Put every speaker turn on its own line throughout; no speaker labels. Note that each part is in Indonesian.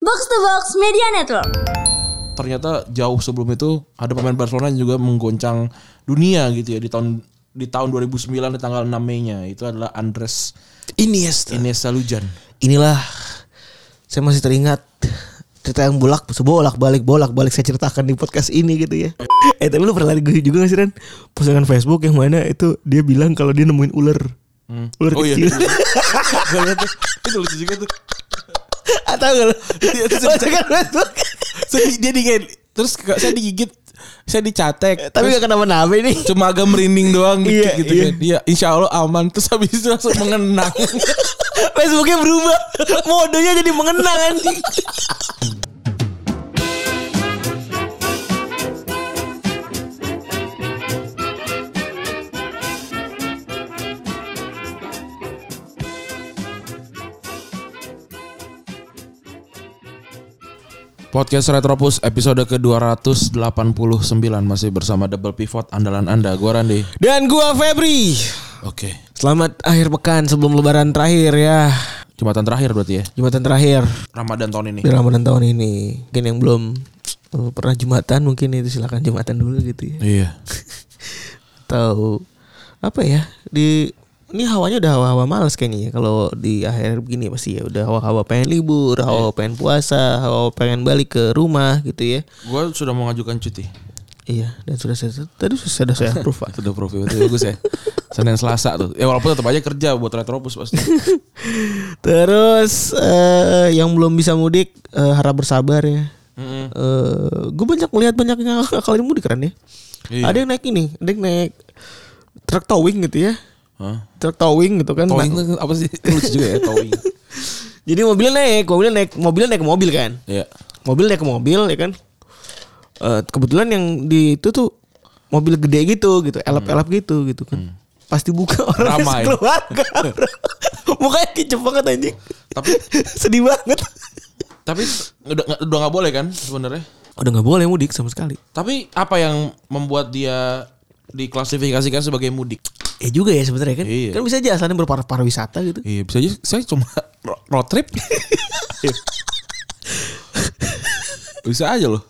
Box to Box Media Network.
ternyata jauh sebelum itu ada pemain Barcelona yang juga menggoncang dunia gitu ya di tahun di tahun 2009 di tanggal 6 Mei-nya itu adalah Andres
Iniesta.
Iniesta Lujan.
Inilah saya masih teringat cerita yang bolak bolak balik bolak balik saya ceritakan di podcast ini gitu ya. Eh tapi lu pernah lihat gue juga gak sih Ren? Postingan Facebook yang mana itu dia bilang kalau dia nemuin ular. Ular
Oh iya.
kecil.
Gua liat tuh. Itu lucu juga tuh.
Atau gak lu?
Iya, itu saya-
Postingan Facebook. Eh,
Saya di- dia digigit. Terus ke- saya digigit, saya dicatek.
Tapi
Terus
gak kenapa-napa nih.
cuma agak merinding doang dikit
Iya,
gitu
iya.
kan. Eh, Iya, insya Allah aman. Terus habis itu langsung mengenang.
Facebooknya berubah. Modenya jadi mengenang anjing.
Podcast Retropus episode ke-289 masih bersama Double Pivot andalan Anda. Gua Randy.
Dan gua Febri.
Oke.
Selamat akhir pekan sebelum lebaran terakhir ya.
Jumatan terakhir berarti ya.
Jumatan terakhir
Ramadan tahun ini.
di Ramadan tahun ini. Mungkin yang belum eh, pernah jumatan mungkin itu silakan jumatan dulu gitu ya.
Iya.
Atau apa ya? Di ini hawanya udah hawa-hawa males kayaknya ya kalau di akhir begini pasti ya udah hawa-hawa pengen libur, hawa pengen puasa, hawa pengen balik ke rumah gitu ya.
Gue sudah mengajukan cuti.
Iya, dan sudah saya tadi sudah saya approve Pak.
Sudah profil itu bagus ya. Senin Selasa tuh. Ya walaupun tetap aja kerja buat retropus pasti.
Terus eh, yang belum bisa mudik eh, harap bersabar ya.
Mm-mm.
gue banyak melihat banyak yang ngakalin mudik keren ya.
Iya.
Ada yang naik ini, ada yang naik truk towing gitu ya.
Hah?
Truk towing gitu kan.
Towing
Nah,
tuh apa sih? Lucu juga ya towing.
jadi mobilnya naik, mobilnya naik, mobilnya naik ke mobil kan.
Iya.
Mobil naik ke mobil ya kan. Eh, kebetulan yang di itu tuh mobil gede gitu gitu, elap-elap gitu gitu kan. Pasti buka
Hmm.
orang
Ramai.
keluarga. Mukanya kicep banget anjing.
Tapi
Sedih banget.
tapi udah nggak- udah nggak boleh kan sebenarnya.
Udah nggak boleh mudik sama sekali.
Tapi apa yang membuat dia diklasifikasikan sebagai mudik?
Ya juga ya sebenarnya kan.
Iya.
Kan bisa aja asalnya berpar pariwisata gitu.
Iya bisa aja saya cuma ro- road trip. Iya. bisa aja loh.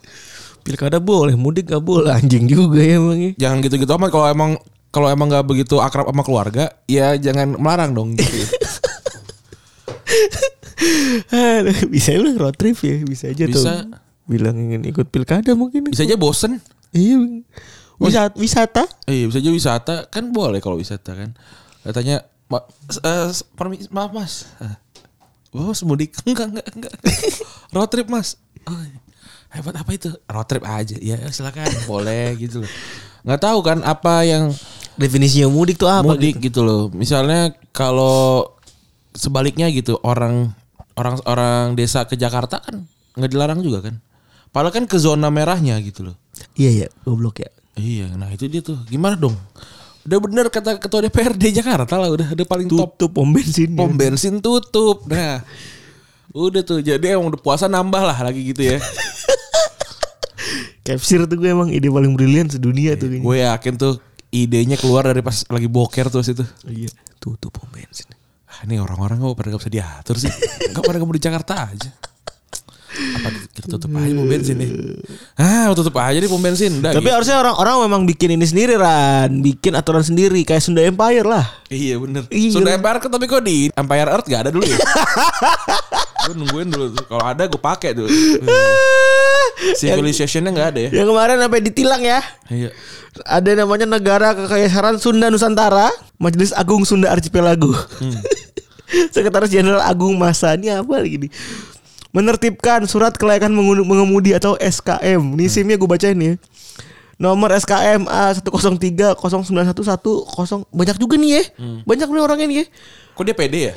Pilkada boleh, mudik nggak boleh. Anjing juga ya emangnya.
Jangan gitu-gitu amat kalau emang kalau emang nggak begitu akrab sama keluarga, ya jangan melarang dong gitu.
Aduh, bisa lu road trip ya, bisa aja tuh.
Bisa.
Bilang ingin ikut pilkada mungkin.
Bisa aja bosen.
Iya. Wisata, wisata.
Iya bisa aja wisata kan boleh kalau wisata kan. Katanya ma eh, s- permis- maaf mas, Eh, bos mudik enggak enggak enggak road trip mas. Oh, hebat apa itu road trip aja ya silakan boleh gitu loh. Nggak tahu kan apa yang
Definisinya mudik tuh apa?
mudik gitu loh. Misalnya kalau sebaliknya gitu orang orang orang desa ke Jakarta kan nggak dilarang juga kan. Padahal kan ke zona merahnya gitu loh.
Iya ya, goblok ya.
Iya, nah itu dia tuh. Gimana dong? Udah bener kata ketua DPRD Jakarta lah, udah udah paling top. Iya.
Tutup pom bensin. ya.
Pom bensin tutup. Nah. Udah tuh, jadi emang udah puasa nambah lah lagi gitu ya.
Capsir tuh gue emang ide paling brilian sedunia tuh kayaknya.
Gue yakin tuh idenya keluar dari pas lagi boker tuh situ.
Iya. Tutup pom bensin.
Ah, ini orang-orang kok pada gak bisa diatur sih. Gak pada kamu di Jakarta aja. Apa kita tutup aja pom bensin nih. Ah, tutup aja nih pom bensin. Udah,
Tapi
gitu.
harusnya orang-orang memang bikin ini sendiri Ran, bikin aturan sendiri kayak Sunda Empire lah.
Iya bener
Iya.
Sudah Empire Earth tapi kok di Empire Earth gak ada dulu ya Gue nungguin dulu tuh. Kalau ada gue pakai dulu
Iya.
Civilizationnya gak ada ya
Yang kemarin sampai ditilang ya.
Iya
Ada namanya negara kekaisaran Sunda Nusantara, Majelis Agung Sunda Archipelago. Sekretaris Jenderal Agung Masa ini apa lagi nih? Menertibkan surat kelayakan mengu- mengemudi atau SKM. Ini SIM-nya gue bacain nih. ya. Nomor SKM A103091110 banyak juga nih ya. Banyak nih orangnya nih ya.
Kok dia pede ya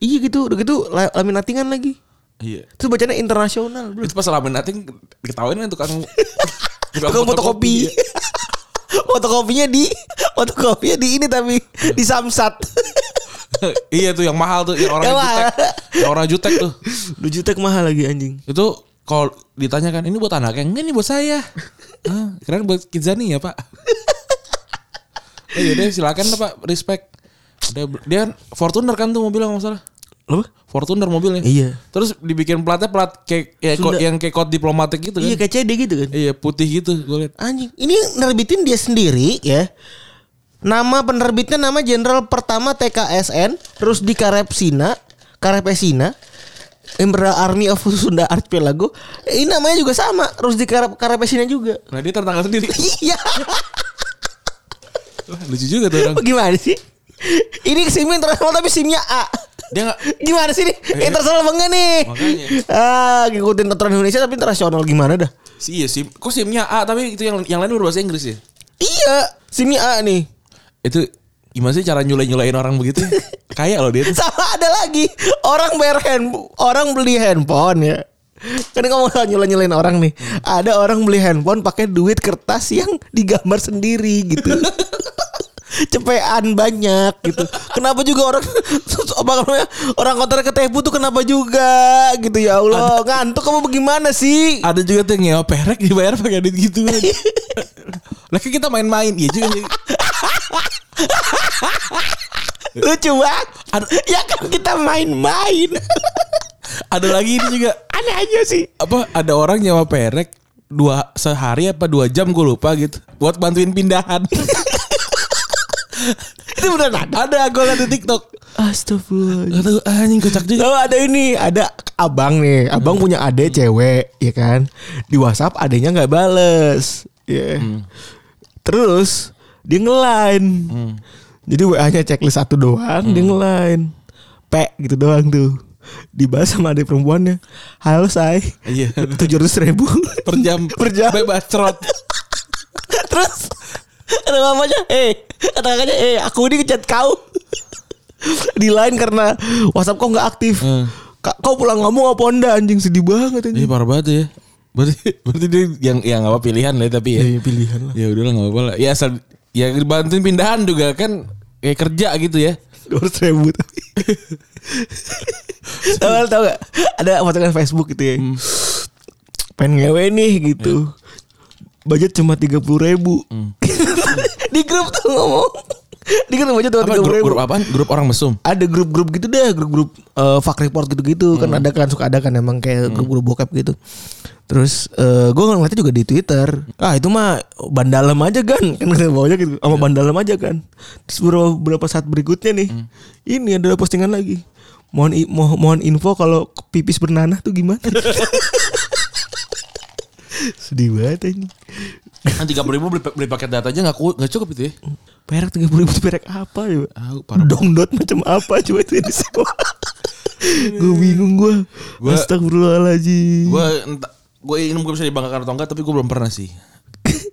Iya gitu, udah gitu la- laminatingan lagi.
Iya
Terus bacanya internasional, Bro.
Itu pas ramen nating Ketawain kan tukang
Tukang fotokopi. Fotokopinya di fotokopinya di ini tapi di Samsat.
Iya tuh yang mahal tuh Yang orang
Yang
jutek
mahal.
Yang orang jutek tuh
2 juta mahal lagi anjing.
Itu kalau ditanyakan ini buat anaknya Enggak ini buat saya ah, Keren buat Kizani ya pak kan Oh, iya deh silakan lah, pak respect Udah, dia Fortuner kan tuh mobilnya nggak salah
Apa?
Fortuner mobilnya.
Iya.
Terus dibikin platnya plat kayak ya, ko-
Sunda.
yang kayak kot diplomatik gitu kan.
Iya
Iya,
kayak CD gitu kan.
putih gitu gue lihat.
Anjing, ini nerbitin dia sendiri ya. Nama penerbitnya nama Jenderal Pertama TKSN Rusdi Karepsina, Karepesina. Emerald Army of Sunda Archipelago. Eh, Ini namanya juga sama, Rusdi Karep Karepesina juga.
Nah, dia tertangkal sendiri.
Iya.
Wah, Lucu juga tuh orang.
Gimana sih? Ini SIM internasional tapi SIM-nya A.
Dia enggak
Gimana sih nih? Eh, Internasional bangga nih.
Makanya.
Ah, ngikutin aturan Indonesia tapi internasional gimana dah?
si iya sim. Kok simnya A tapi itu yang yang lain berbahasa Inggris ya?
Iya, SIM-nya A nih.
Itu gimana sih cara nyulai-nyulain orang begitu? Kaya loh dia. tuh.
Sama ada lagi orang bayar hand, orang beli handphone ya. Kan ngomong soal nyulain orang nih. Ada orang beli handphone pakai duit kertas yang digambar sendiri gitu. cepean banyak gitu. Kenapa juga orang apa namanya orang konter ke Tebu tuh kenapa juga gitu ya Allah ngantuk kamu bagaimana sih?
Ada juga tuh yang ngeo perek dibayar pakai duit gitu. Lah kan kita main-main Iya juga. sih.
Lucu banget. Ya kan kita main-main.
Ada lagi ini juga
Aneh aja sih.
apa ada orang nyewa perek dua sehari apa dua jam gue lupa gitu buat bantuin pindahan
Itu beneran ada.
ada gue liat di TikTok
Astagfirullah.
kata gue ah, anjing kocak juga
Lalu Oh, ada ini, ada abang nih. Abang punya adek cewek, ya kan? Di WhatsApp adeknya nggak bales. Ya.
Hmm.
Terus dia ngelain.
Hmm,
Jadi WA-nya checklist satu doang, dia ngelain. P gitu doang tuh. Dibahas sama adik perempuannya. Halo, say.
Iya.
700 ribu.
per jam
Per jam.
bebas cerot
Terus ada mamanya, eh, kata kakaknya, eh, aku ini ngechat kau. di lain karena WhatsApp kau nggak aktif.
Hmm.
Ka- Kau pulang ngomong apa anda anjing sedih
Ih
banget anjing.
parah banget ya berarti berarti dia yang yang apa pilihan lah tapi ya
pilihan
ya udahlah nggak apa-apa lah ya asal ya bantuin pindahan juga kan kayak kerja gitu ya
Dua ratus ribu tapi. Tau tau gak? Ada postingan Facebook gitu ya.
Hmm.
Pengen ngewe nih gitu.
Iya.
Budget cuma tiga puluh ribu.
Hmm.
di grup tuh ngomong. Di grup budget cuma
apa
tiga
grup,
ribu.
grup apaan grup orang mesum
ada grup-grup gitu deh, grup-grup eh fuck report gitu-gitu kan ada kan suka ada kan emang kayak grup-grup bokep gitu. Terus eh gue ngeliatnya juga di Twitter. Ah itu mah ban dalam aja kan, kan kata bawahnya gitu, sama ban dalam aja kan. Terus beberapa, beberapa saat berikutnya nih, ini ada postingan lagi. Mohon i- mo- mohon info kalau pipis bernanah tuh gimana? Sedih banget ini.
kan tiga ribu beli, beli paket data aja nggak ku- nggak cukup itu ya
Perak tiga puluh ribu itu perak apa ya?
Tahu, parah
Dongdot macam apa coba itu yang disewa. gue bingung gue.
Gua-
Astagfirullahaladzim.
gue gue ini mungkin bisa dibanggakan atau enggak tapi gue belum pernah sih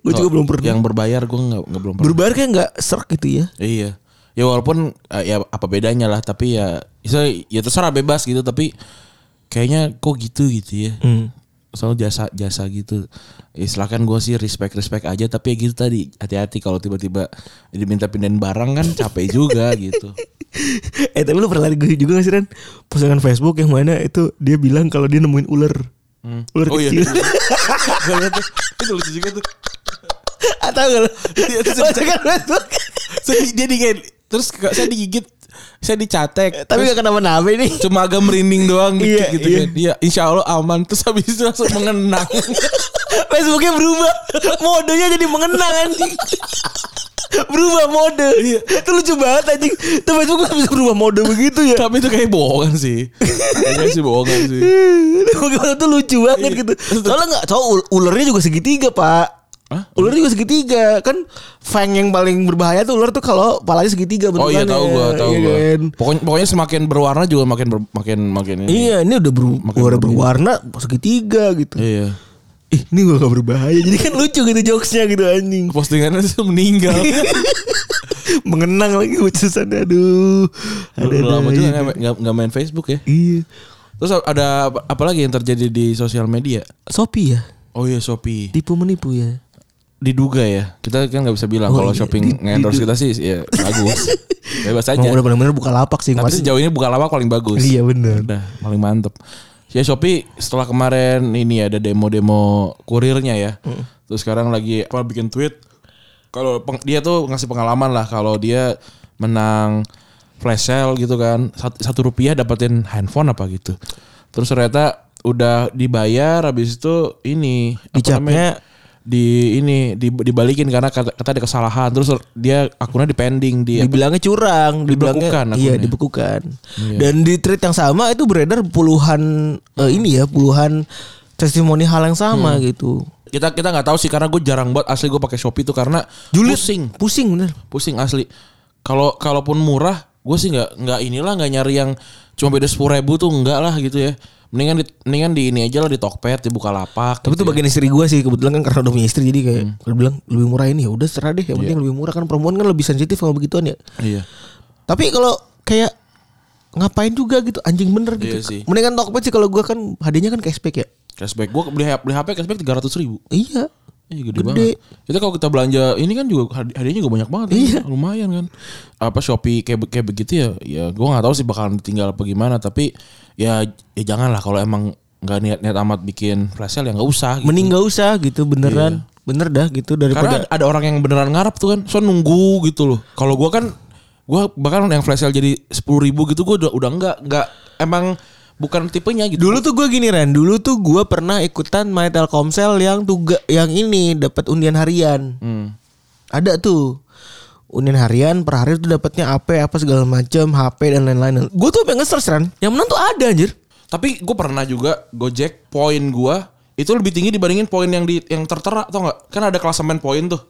Gue juga belum pernah.
yang berbayar gue nggak nggak belum Oh, ya, pernah
Berbayar kayak nggak serak gitu ya.
iya ya walaupun eh, ya apa bedanya lah tapi ya saya ya terserah bebas gitu tapi kayaknya kok gitu gitu ya soal jasa jasa gitu ya, silakan gue sih respect respect aja tapi ya gitu tadi hati-hati kalau tiba-tiba diminta pindahin barang kan capek juga gitu
eh tapi lu pernah liat gue juga gak sih Ren? Postingan Facebook yang mana itu dia bilang kalau dia nemuin ular. Ular
Oh iya.
kecil.
Gua liat tuh, itu lucu juga tuh
Atau gak Ah, lu? Oh, kan
Iya, terus-
Postingan Facebook.
saya, di- dia digigit terus ke- saya digigit saya dicatek
Eh, tapi
terus
gak kenapa-napa nih.
cuma agak merinding doang dikit
Iya,
gitu
iya.
kan iya insya Allah aman terus habis itu langsung mengenang
Facebooknya berubah. Modenya jadi mengenang anjing. berubah mode. Iya. Itu lucu banget anjing. Itu Facebook bisa berubah mode begitu ya.
tapi itu kayak bohongan sih kayaknya sih bohongan sih
Bagaimana tuh lucu banget
Iya.
gitu. Soalnya nggak tahu ul- ularnya juga segitiga pak.
Hah?
Ularnya juga segitiga kan fang yang paling berbahaya tuh ular tuh kalau palanya segitiga
oh iya
bentukannya.
tahu gua tahu
Iya
gua Hmm.
kan?
pokoknya pokoknya semakin berwarna juga makin ber- makin makin ini
Iya ini udah ber ular berwarna segitiga gitu.
iya
Ih ini gua gak berbahaya jadi kan lucu gitu jokesnya gitu anjing.
postingannya tuh meninggal
Mengenang lagi lucusannya aduh. Ada
udah lama juga kan? nggak nggak- nggak main Facebook ya
Iya.
terus ada apa, apa lagi yang terjadi di sosial media
Shopee ya
oh iya Shopee
tipu menipu ya.
diduga ya kita kan nggak bisa bilang
Oh,
kalau
iya.
shopping
Di-
endorse kita sih ya bagus bebas aja
Emang udah benar-benar buka lapak sih.
Tapi
Mas.
sejauh ini buka lawak paling bagus.
Iya, bener.
Udah paling mantep. Ya Shopee setelah kemarin ini ada demo-demo kurirnya ya. Terus sekarang lagi apa bikin tweet kalau peng- dia tuh ngasih pengalaman lah kalau dia menang flash sale gitu kan satu, satu rupiah dapetin handphone apa gitu terus ternyata udah dibayar habis itu ini apa
Dicapnya.
namanya, di ini di, dibalikin karena kata, kata ada kesalahan terus dia akunnya dipending di
dibilangnya curang, dibilangnya
Dibekukan
iya
akunnya.
dibekukan.
Iya.
Dan di tweet yang sama itu beredar puluhan eh, ini ya, puluhan testimoni hal yang sama
Hmm.
gitu.
kita kita nggak tahu sih karena gue jarang buat asli gue pakai shopee itu karena pusing
Pusing bener.
pusing asli kalau kalaupun murah gue sih nggak nggak inilah nggak nyari yang cuma beda sepuluh ribu tuh enggak lah gitu ya mendingan di, mendingan di ini aja lah di Tokped di Bukalapak
Tapi itu
gitu ya. Hmm.
bagian istri gue sih kebetulan kan karena udah punya istri jadi kayak kalau bilang lebih murah ini ya udah serah deh yang penting lebih murah kan perempuan kan lebih sensitif kalau begituan ya.
iya
Tapi kalau kayak ngapain juga gitu anjing bener gitu.
Iya sih.
Mendingan Tokped sih kalau gue kan hadiahnya kan cashback ya.
cashback gue beli beli HP cashback tiga ratus ribu
Iya.
Iya gede,
Gede.
banget. Itu kalau kita belanja ini kan juga had- hadiahnya juga banyak banget. kan.
Iya.
Lumayan kan. Apa Shopee kayak be- kayak begitu ya? Ya gua nggak tahu sih bakalan ditinggal apa gimana tapi ya ya janganlah kalau emang nggak niat niat amat bikin flash sale ya nggak usah. gitu.
Mending gak usah gitu beneran. Bener dah gitu
Iya. Karena
daripada
ada orang yang beneran ngarep tuh kan. So nunggu gitu loh. Kalau gua kan gua bahkan yang flash sale jadi sepuluh ribu gitu gua udah udah nggak nggak emang bukan tipenya gitu.
Dulu tuh gue gini Ren, dulu tuh gue pernah ikutan My Telkomsel yang tuga yang ini dapat undian harian.
Hmm.
Ada tuh undian harian per hari tuh dapatnya AP apa segala macem HP dan lain-lain. Gue tuh pengen nge-search Ren, yang menang tuh ada anjir.
Tapi gue pernah juga Gojek poin gue itu lebih tinggi dibandingin poin yang di yang tertera tau nggak? Kan ada klasemen poin tuh.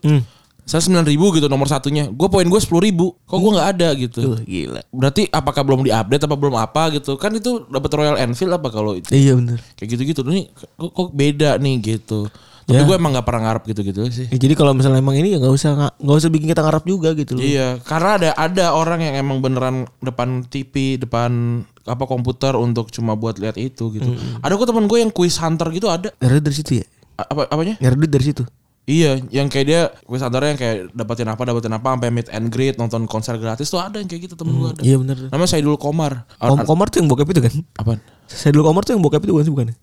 Saya sembilan ribu gitu nomor satunya. Gue poin gue sepuluh ribu. Kok gue nggak ada gitu?
Tuh gila.
Berarti apakah belum diupdate apa belum apa gitu? Kan itu dapat Royal Enfield apa kalau itu?
Iya bener.
kayak gitu-gitu nih kok, kok beda nih gitu. Tapi
Ya.
gue emang nggak pernah ngarep gitu-gitu sih.
Ya, jadi kalau misalnya emang ini ya nggak usah nggak nggak usah bikin kita ngarap juga gitu loh.
Iya, karena ada ada orang yang emang beneran depan TV, depan apa komputer untuk cuma buat lihat itu gitu. Ada kok teman gue yang quiz hunter gitu ada
Nyari dari situ ya.
A- apa apanya?
Nyari duit dari situ.
Iya, yang kayak dia quiz antaranya yang kayak dapetin apa, dapetin apa, sampai meet and greet, nonton konser gratis tuh ada yang kayak gitu temen gue ada.
Iya bener.
Namanya Saidul Komar. A-
Kom Komar tuh yang bokep itu kan.
apaan?
Saya dulu Komar tuh yang bokep itu bukan sih bukan? ya?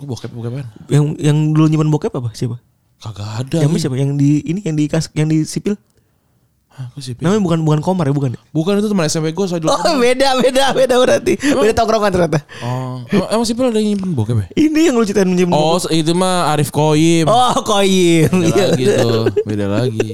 Oh, bokep bokep apaan?
Yang yang dulu nyimpan bokep apa siapa?
Kagak ada.
Yang siapa? Yang di ini Iya. yang di kas, yang di sipil?
Hah, gua sih pikir.
Namanya bukan bukan Komar ya bukan? ya?
Bukan itu teman SMP gue Saidul.
Oh
Komar.
beda beda beda berarti beda tongkrongan ternyata.
Oh, emang, emang sipil ada yang nyimpen bokep ya?
Ini yang lu ceritain menyimpan.
Oh, itu mah Arif Koyim.
oh koin.
Beda
Iya.
lagi tuh, beda lagi.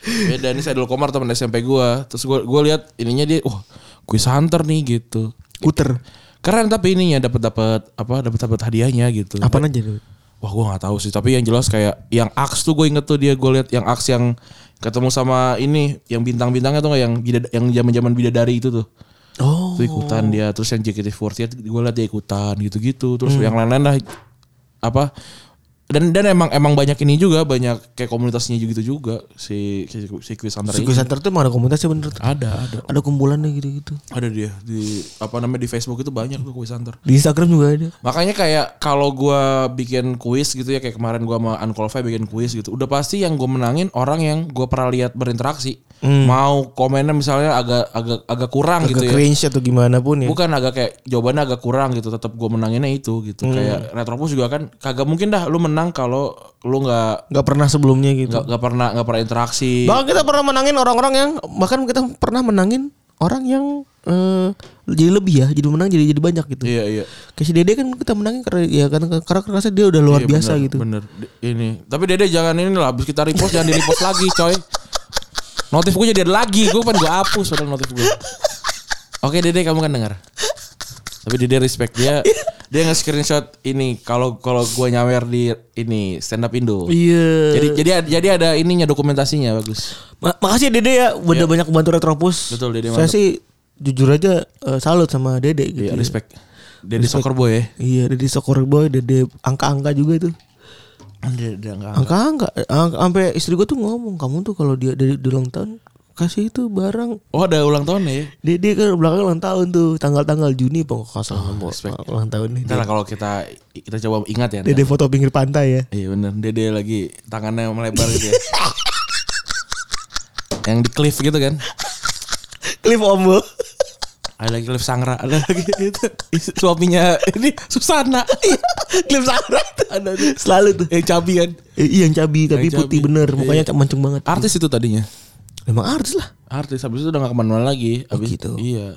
Beda nih Saidul Komar teman SMP gue. Terus gue gue lihat ininya dia, wah, quiz hunter nih gitu.
Puter.
Keren tapi ininya dapat dapat apa dapat dapat hadiahnya gitu.
Apaan aja lu?
Wah gue gak tahu sih Tapi yang jelas kayak Yang Aks tuh gue inget tuh dia Gue liat yang Aks yang Ketemu sama ini Yang bintang-bintangnya tuh gak Yang bida- yang zaman-zaman bidadari itu tuh
Oh.
Tuh ikutan dia Terus yang JKT48 Gue liat dia ikutan gitu-gitu Terus yang
Hmm.
lain-lain lah Apa dan dan emang emang banyak ini juga banyak kayak komunitasnya gitu juga si si, si quiz hunter
Siku
ini.
Center tuh emang ada komunitas ya bener tuh.
ada ada
Ada kumpulannya gitu-gitu.
ada dia di apa namanya di Facebook itu banyak tuh quiz hunter
Di Instagram juga ada.
Makanya kayak kalau gua bikin kuis gitu ya kayak kemarin gua sama Unqualified bikin kuis gitu. Udah pasti yang gue menangin orang yang gua pernah lihat berinteraksi. Mau komennya misalnya agak agak agak kurang
Hmm. Agak
gitu ya.
cringe atau gimana pun ya.
Bukan agak kayak jawabannya agak kurang gitu, tetap gua menanginnya itu gitu.
Hmm.
Kayak Retropus juga kan kagak mungkin dah lu menang kalau lu nggak
Gak pernah sebelumnya gitu.
nggak nggak pernah nggak pernah interaksi.
Bahkan kita pernah menangin orang-orang yang bahkan kita pernah menangin orang yang eh, jadi lebih ya, jadi menang jadi jadi banyak gitu.
Iya iya.
Kayak si Dede kan kita menangin karena ya karena karena kerasa dia udah luar
Iya,
biasa
bener,
gitu.
Bener. Di- Ini. Tapi Dede jangan ini lah. Abis kita repost jangan di repost lagi, coy. Notif gue jadi ada lagi. Gue pengen gue hapus padahal notif gue. Oke Dede kamu kan dengar. Tapi Dede respect dia. Dia nge screenshot ini kalau kalau gue nyawer di ini stand up Indo.
Iya.
Jadi jadi ad- jadi ada ininya dokumentasinya bagus.
Ma- makasih Dede ya udah banyak membantu Retropus.
Iya. Betul, Dede
Saya
mantap.
sih jujur aja eh, salut sama Dede gitu.
Iya
ya.
respect. Dede soccer boy ya.
Iya, Dede Soccer Boy, Dede angka-angka juga itu.
Dede enggak.
Angka-angka eh, angka- sampai istri gue tuh ngomong, "Kamu tuh kalau dia dari di ulang tahun kasih itu barang
Oh ada ulang tahun ya.
Dede kan belakang ulang tahun tuh tanggal-tanggal Juni apa nggak salah ngomong ulang tahun nih.
Ntar lah kalau kita kita coba ingat ya. ntar.
Dede foto pinggir pantai ya.
Iya bener Dede lagi tangannya melebar gitu ya Yang di cliff gitu kan
Cliff Ombo.
Ada lagi cliff sangra Ada lagi itu Suaminya ini Susana
Cliff Sarah tuh ada tuh. Selalu tuh.
Yang cabi kan
Eh, Iya yang cabi tapi
Yang
putih
cabi.
bener mukanya mancung banget.
Artis itu tadinya
Emang artis lah.
Artis habis itu udah gak kemana-mana lagi.
Oh,
Habis
gitu.
Iya.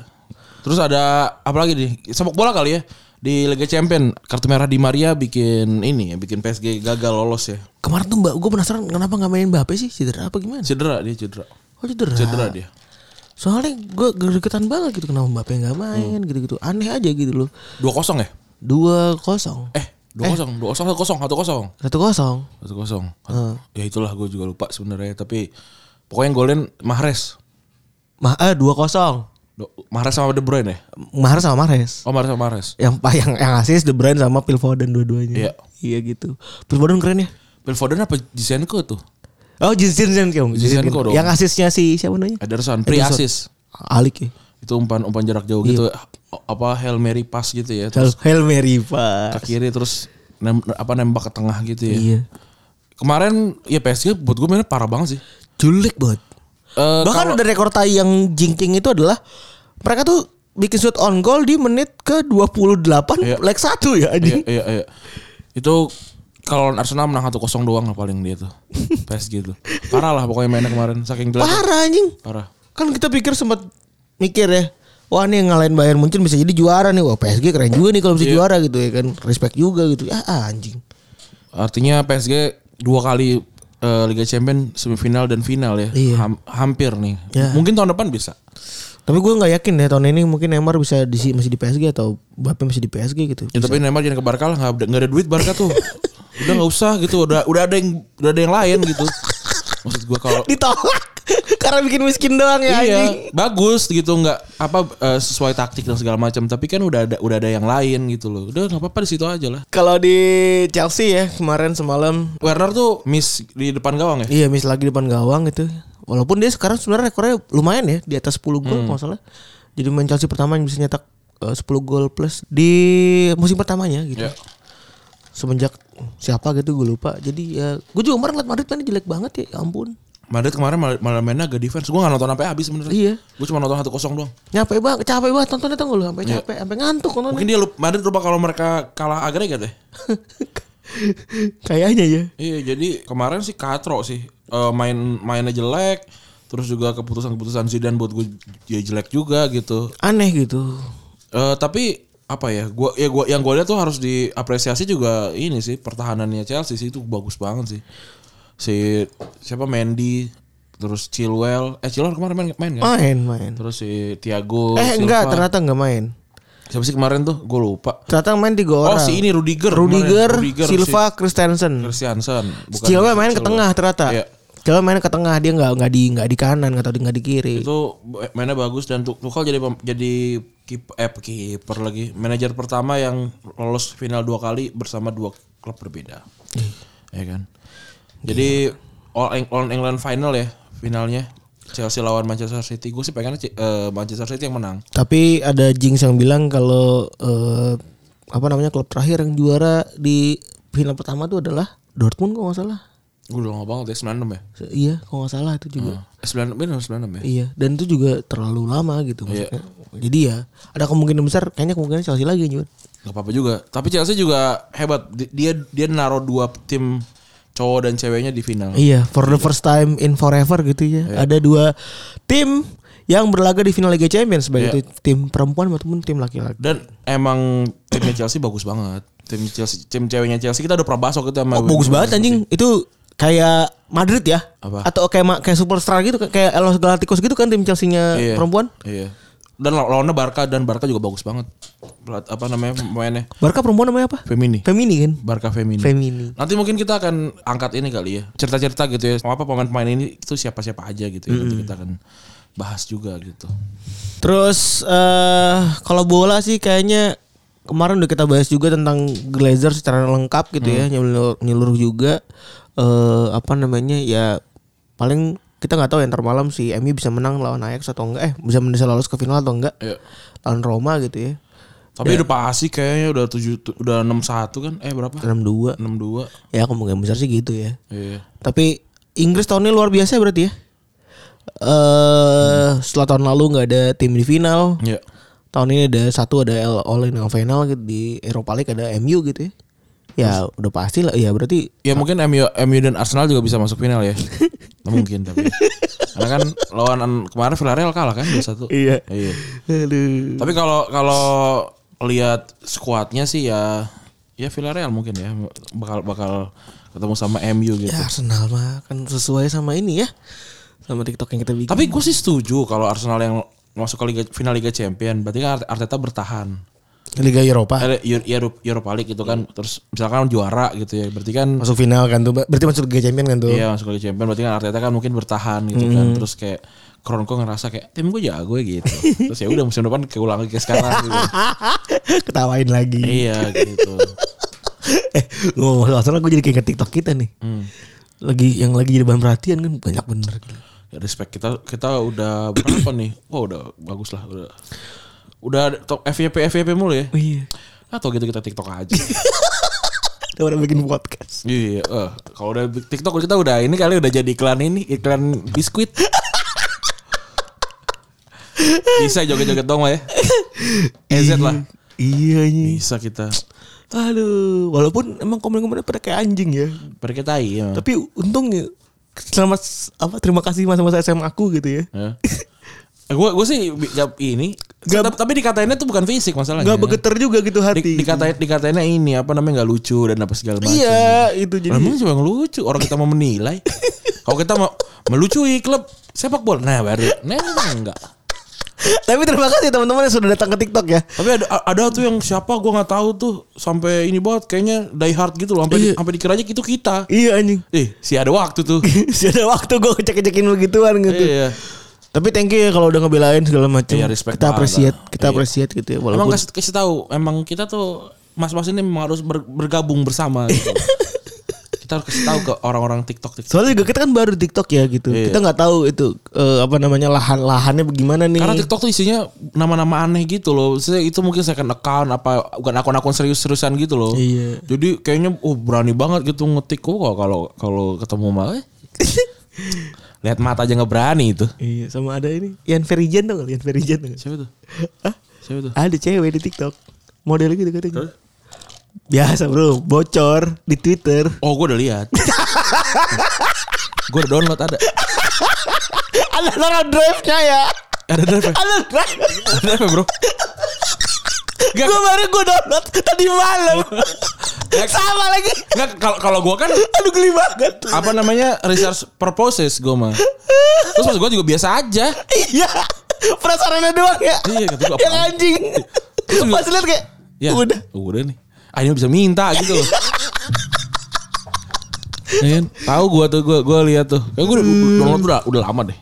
Terus ada apa lagi nih? Sepak bola kali ya di Liga Champion. Kartu merah di Maria bikin ini ya, bikin PSG gagal lolos ya.
Kemarin tuh Mbak, gue penasaran kenapa nggak mainin Mbappe sih? Cedera apa gimana?
Cedera dia cedera.
Oh cedera.
Cedera dia.
Soalnya gue gregetan banget gitu kenapa Mbappe nggak main gitu-gitu. Aneh aja gitu loh.
2-0 ya?
Dua kosong.
Eh, 2-0, 2-0, 1-0, 1-0.
Satu kosong.
1-0. Ya itulah gue juga lupa sebenarnya, tapi pokoknya yang golin Mahrez.
Mah eh, dua kosong.
Do- Mahrez sama De Bruyne ya?
Mahrez sama Mahrez.
Oh, Mahrez sama Mahrez.
Yang yang yang asis De Bruyne sama Phil Foden dua-duanya.
Iya.
Iya gitu. Phil Foden keren ya.
Phil Foden apa Zizenko tuh?
Oh Jinsen Zenko.
Zinchenko dong.
Yang asisnya si siapa namanya?
Ederson, pre-assist.
Alik ya.
Itu umpan-umpan jarak jauh gitu. Apa Hail Mary pass gitu ya. Terus
Hail- Hail Mary Pak.
ke kiri terus nem- apa nembak ke tengah gitu ya.
Iya.
Kemarin ya PSG buat gue mainnya parah banget sih.
Culik banget.
Eh,
Bahkan
kalau-
udah rekor tai yang jingking itu adalah mereka tuh bikin shoot on goal di menit ke 28
Iya.
leg 1 ya
iya,
anjing.
iya, iya. Itu kalau lawan Arsenal menang 1-0 doang lah paling dia tuh. PSG tuh. Parah lah pokoknya mainnya kemarin saking jelek.
Parah anjing.
Parah.
Kan kita pikir sempat mikir ya. Wah nih yang ngalahin Bayern Munchen bisa jadi juara nih. Wah PSG keren juga nih kalau bisa juara gitu ya kan. Respect juga gitu. Ya anjing.
Artinya PSG dua kali eh, Liga Champion semifinal dan final ya.
Iya.
Ham- hampir nih.
Ya.
Mungkin tahun depan bisa.
Tapi gue nggak yakin ya tahun ini mungkin Neymar bisa di, masih di PSG atau Mbappe masih di PSG gitu.
Ya, tapi Neymar jangan ke Barca lah, nggak ada- nggak ada duit Barca tuh. udah nggak usah gitu, udah udah ada yang udah ada yang lain gitu. Maksud gua kalau
Ditolak karena bikin miskin doang ya anjing.
iya bagus gitu nggak apa eh, sesuai taktik dan segala macam, tapi kan udah ada udah ada yang lain gitu loh. Udah nggak apa-apa di situ aja lah.
Kalau di Chelsea ya kemarin semalam
Werner tuh miss di depan gawang ya.
Iya, miss lagi depan gawang gitu. Walaupun dia sekarang sebenarnya rekornya lumayan ya, di atas 10 gol kalau nggak salah. Jadi main Chelsea pertama yang bisa nyetak eh, 10 gol plus di musim pertamanya gitu.
Iya.
Semenjak siapa gitu gue lupa. Jadi ya gue juga kemarin ngeliat Madrid mainnya jelek banget ya, ya ampun.
Madrid kemarin mal- malah mainnya agak defense. Gua nggak nonton sampai habis sebenarnya.
Iya.
Gue cuma nonton 1-0 doang.
Nyampe banget, capek banget tontonnya tau nggak lu
Iya.
sampai capek, sampai ngantuk nontonnya.
Mungkin dia lupa, Madrid lupa kalau mereka kalah agregat ya.
Kayaknya ya.
Iya, jadi kemarin sih katro sih Eh, main mainnya jelek, terus juga keputusan-keputusan Zidane buat gue ya jelek juga gitu.
Aneh gitu.
Eh, tapi apa ya? Gua ya gua yang gue lihat tuh harus diapresiasi juga ini sih pertahanannya Chelsea sih itu bagus banget sih. Si siapa Mendy, terus Chilwell, eh Chilwell kemarin main, main kan?
Main, main.
Terus si Thiago
Oh. Eh
Oh, Silva.
enggak, ternyata enggak main.
Siapa sih kemarin tuh? Gue lupa.
Ternyata main tiga
Oh,
orang.
si ini Rudiger.
Rudiger,
kemarin. Rudiger,
Silva, Christensen.
si Christiansen. Bukan
Chilwell main ke
Chilwell.
tengah ternyata.
Iya.
Chilwell main ke tengah dia nggak nggak di nggak di kanan nggak tahu di nggak di kiri.
itu mainnya bagus dan Tuchel jadi pem- jadi kip, eh kiper lagi manajer pertama yang lolos final dua kali bersama dua klub berbeda ya kan jadi all, Eng- all England final ya finalnya Chelsea lawan Manchester City gue sih pengen Manchester City yang menang
Tapi ada Jinx yang bilang kalau eh, apa namanya klub terakhir yang juara di final pertama itu adalah Dortmund kalau nggak salah.
gue udah lama banget ya 96 ya
Se- Iya kalau nggak salah itu juga.
Eh, 96 bener 96 ya
Iya dan itu juga terlalu lama gitu maksudnya. Jadi ya ada kemungkinan besar kayaknya kemungkinan Chelsea lagi yang juara.
Gak apa-apa juga tapi Chelsea juga hebat Di- dia dia naruh dua tim cowok dan ceweknya di final
Iya, for the first time in forever gitu ya. Ada dua tim yang berlaga di final Liga Champions baik itu tim perempuan maupun tim laki-laki.
Dan emang timnya Chelsea bagus banget. Tim Chelsea, tim ceweknya Chelsea kita udah pernah bahas waktu itu sama.
Oh, bagus banget anjing. Itu kayak Madrid ya?
Apa?
Atau kayak ma- kayak superstar gitu kayak Los Galacticos gitu kan tim Chelsea-nya
Iya.
perempuan.
Iya. Dan law- lawannya Barca dan Barca juga bagus banget. Pelat- Apa namanya pemainnya?
Barca perempuan namanya apa?
Femini.
Femini kan?
Barca Femini.
Femini.
Nanti mungkin kita akan angkat ini kali ya. Cerita-cerita gitu ya. Apa pemain-pemain ini itu siapa-siapa aja gitu ya.
Hmm.
Nanti kita akan bahas juga gitu.
Terus eh kalau bola sih kayaknya kemarin udah kita bahas juga tentang Glazer secara lengkap gitu ya nyeluruh, nyeluruh juga eh apa namanya ya paling kita nggak tahu ya ntar malam si MU bisa menang lawan Ajax atau enggak eh bisa bisa lolos ke final atau enggak
Iya.
lawan Roma gitu ya
Tapi udah pasti kayaknya udah 7 tu- udah 61 kan? Eh berapa?
Iya. 6-2
62.
ya kemungkinan besar sih gitu ya
Iya.
tapi Inggris tahun ini luar biasa berarti ya eh setelah tahun lalu nggak ada tim di final
Iya.
tahun ini ada satu ada L- All England final gitu di Eropa League ada MU gitu ya. Ya udah pasti lah ya berarti
Ya mungkin MU, MU dan Arsenal juga bisa masuk final ya. Mungkin tapi. Karena kan lawan kemarin Villarreal kalah kan 2-1.
Iya.
Iya.
Aduh.
Tapi kalau kalau lihat skuadnya sih ya ya Villarreal mungkin ya bakal bakal ketemu sama MU gitu.
Ya Arsenal mah kan sesuai sama ini ya. Sama TikTok yang kita bikin.
Tapi gue sih setuju kalau Arsenal yang masuk ke Liga, final Liga Champion, berarti kan Arteta bertahan.
Liga Eropa
Eh, Eu- Euro- Europa League gitu kan, terus misalkan juara gitu ya, berarti kan
masuk final kan tuh. Berarti masuk Liga Champion kan tuh.
Iya masuk Liga Champion berarti kan Arteta kan mungkin bertahan gitu kan terus kayak Kronko ngerasa kayak tim gue jago ya gitu terus ya udah musim depan keulang lagi kayak sekarang gitu.
Ketawain lagi.
iya gitu
eh, ngomong soal Arsenal gue jadi kayak TikTok kita nih.
Hmm.
Lagi yang lagi jadi bahan perhatian kan banyak bener.
ya, respect kita kita udah berapa nih wah udah bagus lah udah udah top FYP FYP mulu ya
Iya.
atau gitu kita TikTok aja
Kita orang bikin podcast.
iya eh, kalau udah TikTok kita udah ini kali udah jadi iklan ini iklan biskuit bisa joget-joget dong lah ya EZ lah
Iya ini.
bisa kita
Aduh, walaupun emang komen-komen pada kayak anjing ya.
perketai ya.
Tapi untung ya selamat apa terima kasih masa-masa SMA aku gitu ya.
Ya. Gue gue sih bi- jawab ini.
Gak-
Tapi- tapi dikatainnya tuh bukan fisik masalahnya.
Gak begeter juga gitu
Di,
hati.
dikatain dikatainnya ini apa namanya nggak lucu dan apa segala macam.
iya, itu
Lah,
jadi.
Emang cuma lucu orang kita mau menilai. Kalau kita mau melucui klub sepak bola, nah baru, nah enggak.
Tapi terima kasih teman-teman yang sudah datang ke TikTok ya.
Tapi ada ada tuh yang siapa gua nggak tahu tuh sampai ini banget kayaknya die hard gitu loh sampai di-
Iya.
sampai dikiranya itu kita.
Iya anjing.
Eh, si ada waktu tuh.
Sudah waktu gue ngecek-ngecekin begituan gitu.
Iya.
Tapi thank you ya kalau udah ngebelain segala macam.
Iya, respect
kita
banget.
appreciate, kita
Iya.
appreciate gitu ya
Emang
walaupun
kasih, kasih tahu, emang kita tuh mas-mas ini memang harus ber- bergabung bersama gitu. kita harus kasih tahu ke orang-orang TikTok TikTok.
Soalnya juga kita kan baru TikTok ya gitu.
Iya.
Kita nggak tahu itu eh, apa namanya lahan-lahannya bagaimana nih.
Karena TikTok tuh isinya nama-nama aneh gitu loh. Maksudnya itu mungkin second account apa bukan akun-akun serius-seriusan gitu loh.
Iya.
Jadi kayaknya oh berani banget gitu ngetik oh, kalau kalau kalau ketemu mah eh, lihat mata aja nggak berani itu.
Iya, sama ada ini. Ian Ferijan dong, Ian Ferijan dong.
Siapa tuh?
Hah?
Siapa tuh?
Ada cewek di TikTok. Model gitu katanya.
Terus?
Biasa bro, bocor di Twitter.
Oh, gue udah lihat. gue udah download ada.
ada nama drive-nya ya.
Ada drive. ya?
Ada drive.
Ada drive, ya, Bro. Gak-
Gue baru gue download tadi malam. sama lagi.
Enggak kalau kalau gua kan
Aduh geli banget.
apa namanya research purposes gue mah terus maksud gue juga biasa aja
Iya. Penasarannya doang ya.
Iya, kata gua,
Yang
apaan?
anjing. Pas lihat kayak
ya
udah.
udah nih akhirnya bisa minta gitu loh Ya kan? tahu gue tuh gue gue lihat tuh kayak gue download udah udah lama deh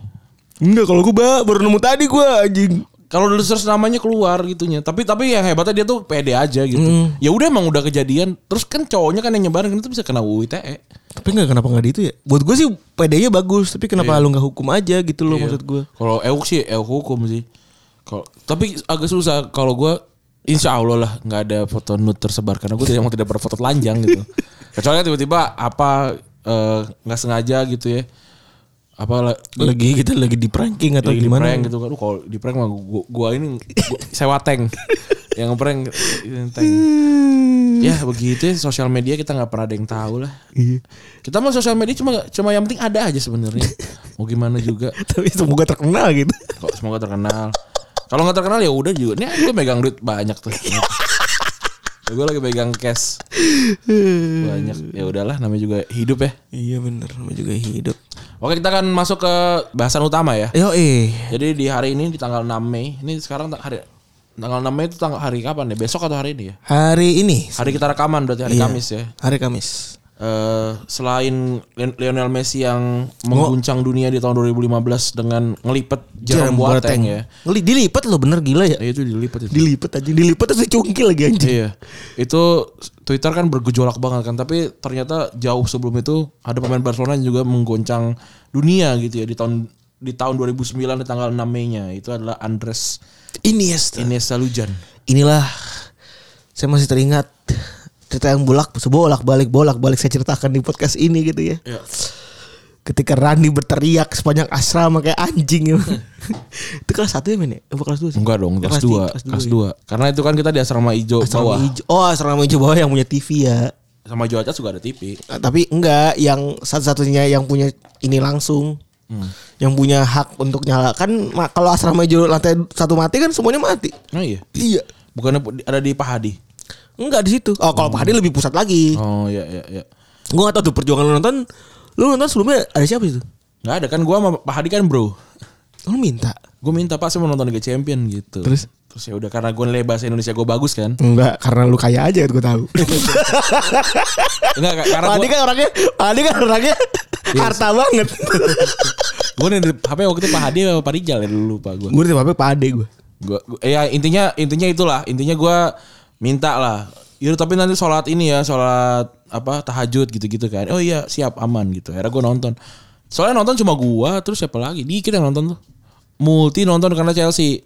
Enggak kalau gue baru nemu tadi gue anjing.
kalau dulu search namanya keluar gitunya tapi tapi yang hebatnya dia tuh pede aja gitu ya udah emang udah kejadian terus kan cowoknya kan yang nyebarin itu bisa kena UU ITE
Tapi enggak kenapa enggak di itu ya? Buat gue sih PD-nya bagus, tapi kenapa
Iya.
lu enggak hukum aja gitu loh maksud gue.
Kalau EUK sih EUK hukum sih. Kalau tapi agak susah kalau gua Insya Allah lah nggak ada foto nude tersebar karena gue tidak mau tidak berfoto telanjang gitu. Kecuali tiba-tiba apa eh, nggak sengaja gitu ya. Apa lagi
Lagi kita lagi di pranking atau
di
gimana?
prank gitu kan. Aduh, Kalau di prank mah gua, gua ini gua sewa tank. Yang ngeprank ini tank. Ya begitu ya sosial media kita nggak pernah ada yang tahu lah.
Iya.
Kita mah sosial media cuma cuma yang penting ada aja sebenarnya. Mau gimana juga.
Tapi semoga terkenal gitu.
Kok semoga terkenal. Kalau nggak terkenal ya udah juga. Ini gue megang duit banyak tuh. gue lagi pegang cash banyak. Ya udahlah namanya juga hidup ya.
iya bener, sama juga hidup.
Oke kita akan masuk ke bahasan utama ya.
Yo eh,
Jadi di hari ini di tanggal 6 Mei. Ini sekarang ta- hari tanggal 6 Mei itu tanggal hari kapan ya? Besok atau hari ini ya?
hari ini
Hari kita rekaman berarti hari
Iya.
Kamis ya.
hari Kamis.
Eh, selain Leon- Lionel Messi yang mengguncang dunia di tahun 2015 dengan ngelipet Jerome Boateng ya.
Ngeli dilipat lo bener gila ya.
Ya itu dilipet itu.
Dilipat aja, dilipat terus dicungkil lagi anjing.
Iya. Itu Twitter kan bergejolak banget kan, tapi ternyata jauh sebelum itu ada pemain Barcelona yang juga menggoncang dunia gitu ya di tahun di tahun 2009 di tanggal 6 Mei-nya. Itu adalah Andres
Iniesta.
Iniesta Lujan.
Inilah saya masih teringat cerita yang bolak bolak balik bolak balik saya ceritakan di podcast ini gitu ya.
Iya.
Ketika Randi berteriak sepanjang asrama kayak anjing emang. Itu kelas 1 ya men ya? Apa kelas 2 sih?
Enggak dong, kelas 2,
tiga, dua
kelas
ya?
2. Karena itu kan kita di asrama ijo
Asrama
bawah.
hijau. Oh asrama hijau bawah yang punya TV ya.
Sama ijo aja juga ada TV.
Nah, tapi enggak yang satu-satunya yang punya ini langsung
Hmm.
Yang punya hak untuk nyala kan ma- kalau asrama juru lantai satu mati kan semuanya mati.
Oh iya.
Iya.
Bukannya pu- ada di Pahadi.
Enggak di situ. Oh, kalau Pak Hadi lebih pusat lagi.
Hmm. Oh iya iya iya.
Gua gak tahu tuh perjuangan lu nonton. Lu nonton sebelumnya ada siapa itu?
Gak ada kan gua sama Pak Hadi kan bro.
Lu minta.
Gue minta Pak saya mau nonton Liga Champion gitu.
Terus?
Terus ya udah karena gue nilai bahasa Indonesia gue bagus kan.
Enggak, karena lu kaya aja gue tahu.
Enggak Kak, karena Iya
Pak Hadi
gue
kan orangnya, Pak Hadi kan orangnya harta banget.
gue nilai HP waktu itu Pak Hadi sama Pak Rijal ya dulu Pak gue.
gue tiba-tiba Pak Hadi gue.
Gua, gua- ya intinya intinya itulah intinya gua minta lah Yaudah tapi nanti sholat ini ya sholat apa tahajud gitu-gitu kan oh iya siap aman gitu akhirnya gue nonton soalnya nonton cuma gua terus siapa lagi dikit yang nonton tuh multi nonton karena Chelsea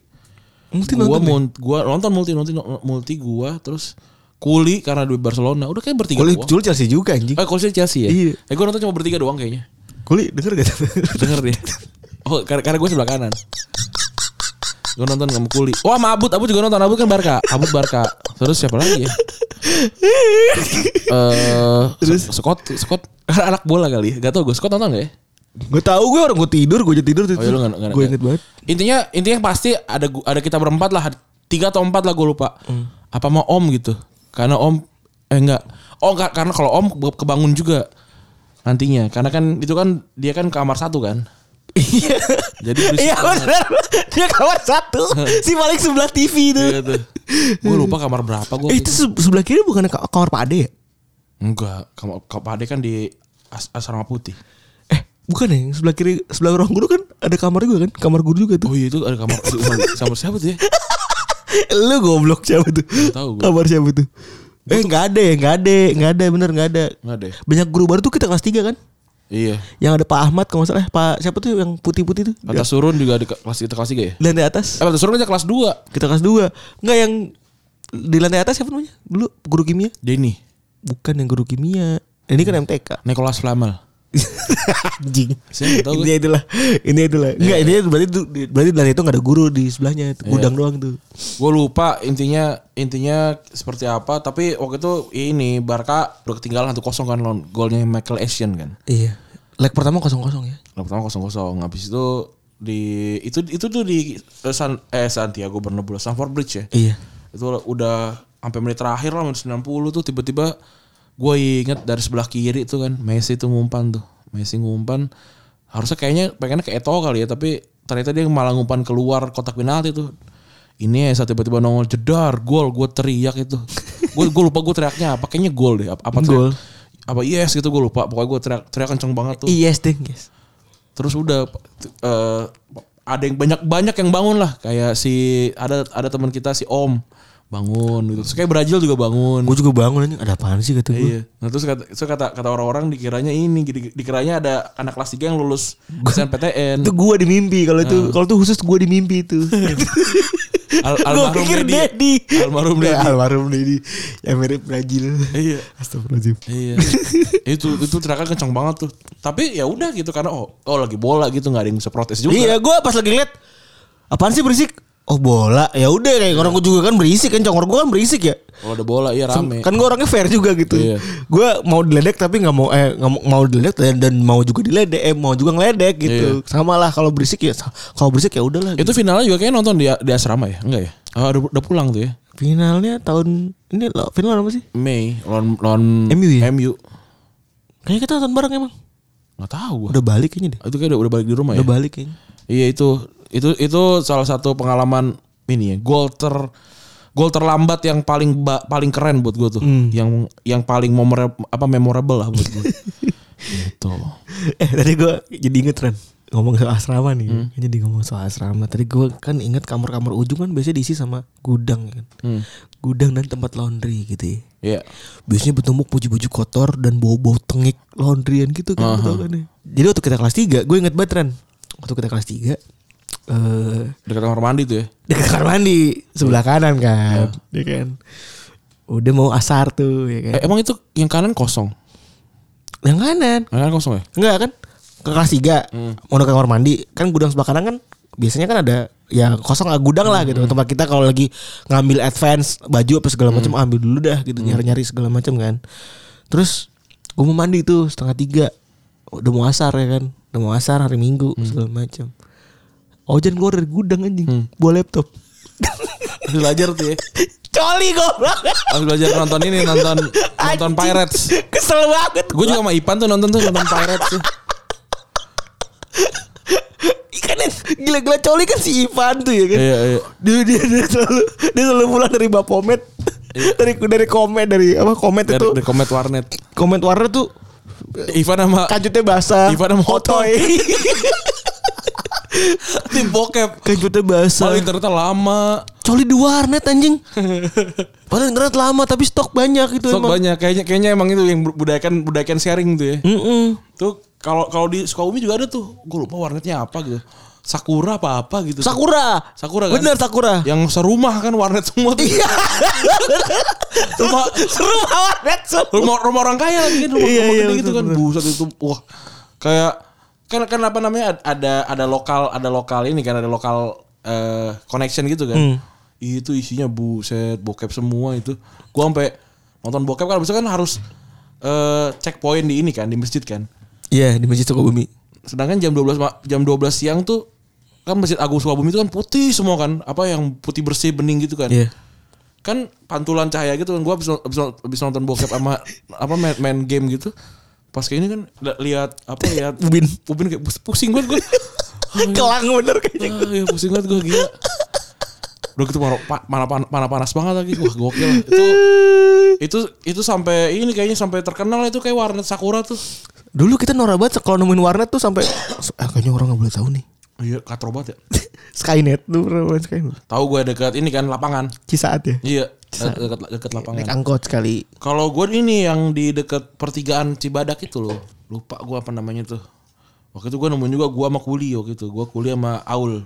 Mesti
gua mun- gua nonton multi nonton multi gua terus kuli karena duit Barcelona udah kayak bertiga
Kulit
doang
Jul Chelsea juga anjing.
eh kuli Chelsea ya
Iya.
eh gue nonton cuma bertiga doang kayaknya
Kulit denger gak?
Denger dia. Oh, kar- karena gue sebelah kanan. Gue nonton sama Kuli. Wah, sama Abud. Abud juga nonton. Abud kan Barca. Abud Barca. Terus siapa lagi ya? Eh, Terus Scott, Scott Karena anak bola kali. ya. Gak tau gue Scott nonton gak ya?
gue tahu gue orang gue tidur, gue aja tidur
Oh,
tuh.
iya, lu nggak- nggak-
gue
nggak.
inget banget.
Intinya intinya pasti ada gu- ada kita berempat lah, tiga atau empat lah gue lupa. Apa mau Om gitu? Karena Om eh enggak. Oh enggak, karena kalau Om ke- kebangun juga nantinya. Karena kan itu kan dia kan kamar satu kan.
Iya.
Jadi berisik
Iya
banget.
benar. Dia kamar satu. si paling sebelah TV itu.
Iya tuh. Gue lupa kamar berapa gue.
Eh, itu se- sebelah kiri bukan ka- kamar Pak Ade ya?
Enggak, kamar Pak Ade kan di as- asrama putih.
Eh, bukan ya? Yang Sebelah kiri sebelah ruang guru kan ada kamar gue kan? Kamar guru juga tuh.
Oh iya itu ada kamar sama siapa tuh ya?
Lu goblok siapa tuh?
tahu gue.
Kamar siapa tuh? Eh, nggak ada ya, nggak ada, nggak ada, bener nggak ada.
Enggak deh.
Banyak guru baru tuh kita kelas 3 kan?
Iya.
Yang ada Pak Ahmad kalau nggak salah, Pak siapa tuh yang putih-putih tuh?
Atas turun juga ada ke- kelas kita kelas 3 ya?
Lantai atas.
Eh, atas turun aja kelas 2.
Kita kelas 2. Enggak yang di lantai atas siapa namanya? Dulu guru kimia?
Denny,
Bukan yang guru kimia. Ini kan MTK.
Nicholas Flamel.
Anjing.
Saya nggak tahu Iya.
Ini itulah. Ini itulah. Enggak, ini berarti tuh- berarti di lantai itu enggak ada guru di sebelahnya, itu gudang doang tuh.
Gue lupa intinya intinya seperti apa, tapi waktu itu ini Barca udah ketinggalan 1-0 kan lawan golnya Michael Essien kan.
Iya. Leg pertama kosong-kosong ya.
Yang pertama kosong kosong. Habis itu di itu itu tuh di eh, San, eh Santiago Bernabeu, Stamford Bridge ya.
Iya.
Itu udah sampai menit terakhir lah menit 90 tuh tiba-tiba gue inget dari sebelah kiri tuh kan Messi tuh ngumpan tuh. Messi ngumpan harusnya kayaknya pengennya ke Eto'o kali ya tapi ternyata dia malah ngumpan keluar kotak penalti tuh. Ini ya saat tiba-tiba nongol jedar gol gue teriak itu. Gue gue lupa gue teriaknya apa kayaknya gol deh apa, apa
Gol.
teriak- apa yes gitu gue lupa pokoknya gue teriak teriak kenceng banget tuh
Iya, deh, guys.
terus udah t- eh, ada yang banyak banyak yang bangun lah kayak si ada ada teman kita si Om bangun gitu. Terus kayak Brazil juga bangun.
Gue juga bangun anjing, ada apaan sih kata gue.
Iya. Nah terus kata terus kata, kata orang-orang dikiranya ini di- dikiranya ada anak kelas 3 yang lulus SNPTN.
Itu gue di mimpi kalau itu kalau itu khusus gue di mimpi itu.
Al-
gue
almarhum
pikir
Dedi.
Dedi.
Almarhum
Ya,
Dedi.
Almarhum Dedi yang mirip Brazil.
Iya.
Astagfirullahaladzim.
Iya. itu itu teriaknya kencang banget tuh. Tapi ya udah gitu karena oh, oh lagi bola gitu nggak ada yang bisa protes juga.
Iya, gue pas lagi liat apaan sih berisik? Oh bola, ya udah kayak
Iya.
orang gue juga kan berisik kan, congor gue kan berisik ya.
Kalau ada bola iya rame.
Kan gue orangnya fair juga gitu.
Iya.
Gue mau diledek tapi nggak mau eh nggak mau, mau diledek dan, dan mau juga diledek, eh, mau juga ngeledek gitu. Sama lah kalau berisik ya, sa- kalau berisik ya udahlah.
Itu finalnya juga kayaknya nonton di, di asrama ya? Enggak ya? Ah, udah, udah pulang tuh ya.
Finalnya tahun ini loh, final apa sih?
Mei lawan lawan
MU ya?
MU.
Kayaknya kita nonton bareng emang. Iya.
Nggak tahu gua.
Udah balik kayaknya deh.
Itu kayak udah, udah balik di rumah
Udah
ya.
balik kayaknya.
Iya itu itu itu salah satu pengalaman ini ya. Gol ter gol terlambat yang paling ba- paling keren buat gue tuh. Yang yang paling memora- apa memorable lah buat gue. gitu.
Eh tadi gue jadi inget Ren Ngomong soal asrama nih kan Jadi ngomong soal asrama Tadi gue kan inget kamar-kamar ujung kan Biasanya diisi sama gudang ya kan Gudang dan tempat laundry gitu ya
Iya.
Biasanya bertumpuk baju-baju kotor Dan bau-bau tengik laundryan gitu kan, lu tau kan ya. Jadi waktu kita kelas 3 Gue inget banget Ren Waktu kita kelas 3 eh
Dekat kamar mandi tuh ya.
Dekat kamar mandi Sebelah kanan kan Ya kan Udah mau asar tuh ya kan
Eh, emang itu yang kanan kosong.
Yang kanan
Yang kanan kosong ya?
Enggak kan ke kelas 3
Hmm.
mau ke kamar mandi kan gudang sebelah kanan kan biasanya kan ada ya kosong ah, gudang lah
Hmm.
gitu tempat kita kalau lagi ngambil advance baju apa segala
Hmm.
macam ambil dulu dah gitu nyari-nyari segala macam kan terus gue mau mandi tuh setengah tiga udah mau asar ya kan mau asar hari minggu
Hmm.
segala macam Ojan keluar dari gudang anjing bawa laptop
Habis belajar tuh ya.
coli goblok
Habis belajar nonton ini nonton nonton
Anjing.
Pirates.
kesel banget
Gue juga sama Ipan tuh nonton tuh nonton Pirates tuh.
ikan yang kan, gila-gila coli kan si Ivan tuh ya kan
Iya, iya.
dia, dia, dia selalu dia selalu pulang dari Bapomet dari dari komen Iya. dari apa komet
Dari,
itu
dari Komet Warnet.
komet warna tuh
Ivan sama
kajutnya basah
Ivan sama
otoy
tim bokep.
kajutnya basah
Malah internetnya lama.
coli di warnet anjing padahal internet lama tapi stok banyak itu
Sok
emang
banyak kayaknya kayaknya emang itu yang budayakan budayakan sharing tuh ya.
Mm-mm.
Tuh kalau kalau di Sukabumi juga ada tuh. Gue lupa warnetnya apa gitu. Sakura apa apa gitu.
Sakura Ya.
Sakura kan?
bener Sakura Iya,
Yang serumah kan warnet semua tuh. rumah
seru warnet seru
rumah rumah orang kaya lagi kan rumah,
Iya,
rumah
iya,
gede
betul,
gitu kan
betul.
buset itu wah kayak kan kan apa namanya ad- ada ada lokal ada lokal ini kan ada lokal eh, connection gitu kan itu isinya buset bokep semua itu gua sampai nonton bokep kan besok kan harus eh cek poin di ini kan di masjid kan
iya di masjid Sukabumi
sedangkan jam 12 ma- jam 12 siang tuh kan masjid Agung Sukabumi itu kan putih semua kan apa yang putih bersih bening gitu kan
iya
kan pantulan cahaya gitu kan gue abis, abis, abis nonton bokep sama apa main, main game gitu pas kayak ini kan li- lihat apa lihat
Ubin
Ubin kayak "Bus- pusing banget gue
kelang bener kayaknya
ah, ya pusing banget gue gila udah gitu mana, pa- mana, pan- mana panas banget lagi wah gokil itu itu itu sampai ini kayaknya sampai terkenal itu kayak warnet sakura tuh
Dulu kita norak banget kalau nemuin warnet tuh sampai ah, kayaknya orang nggak boleh tahu nih.
iya katrobat ya
Skynet tuh pernah main Skynet.
tahu gue dekat ini kan lapangan
Cisaat ya.
iya de- dekat dekat lapangan
Naik angkot sekali.
Kalau gue ini yang di deket pertigaan Cibadak itu loh. Lupa gue apa namanya tuh. Waktu itu gue nemuin juga gue sama Kuli waktu itu. Gue Kuli sama Aul.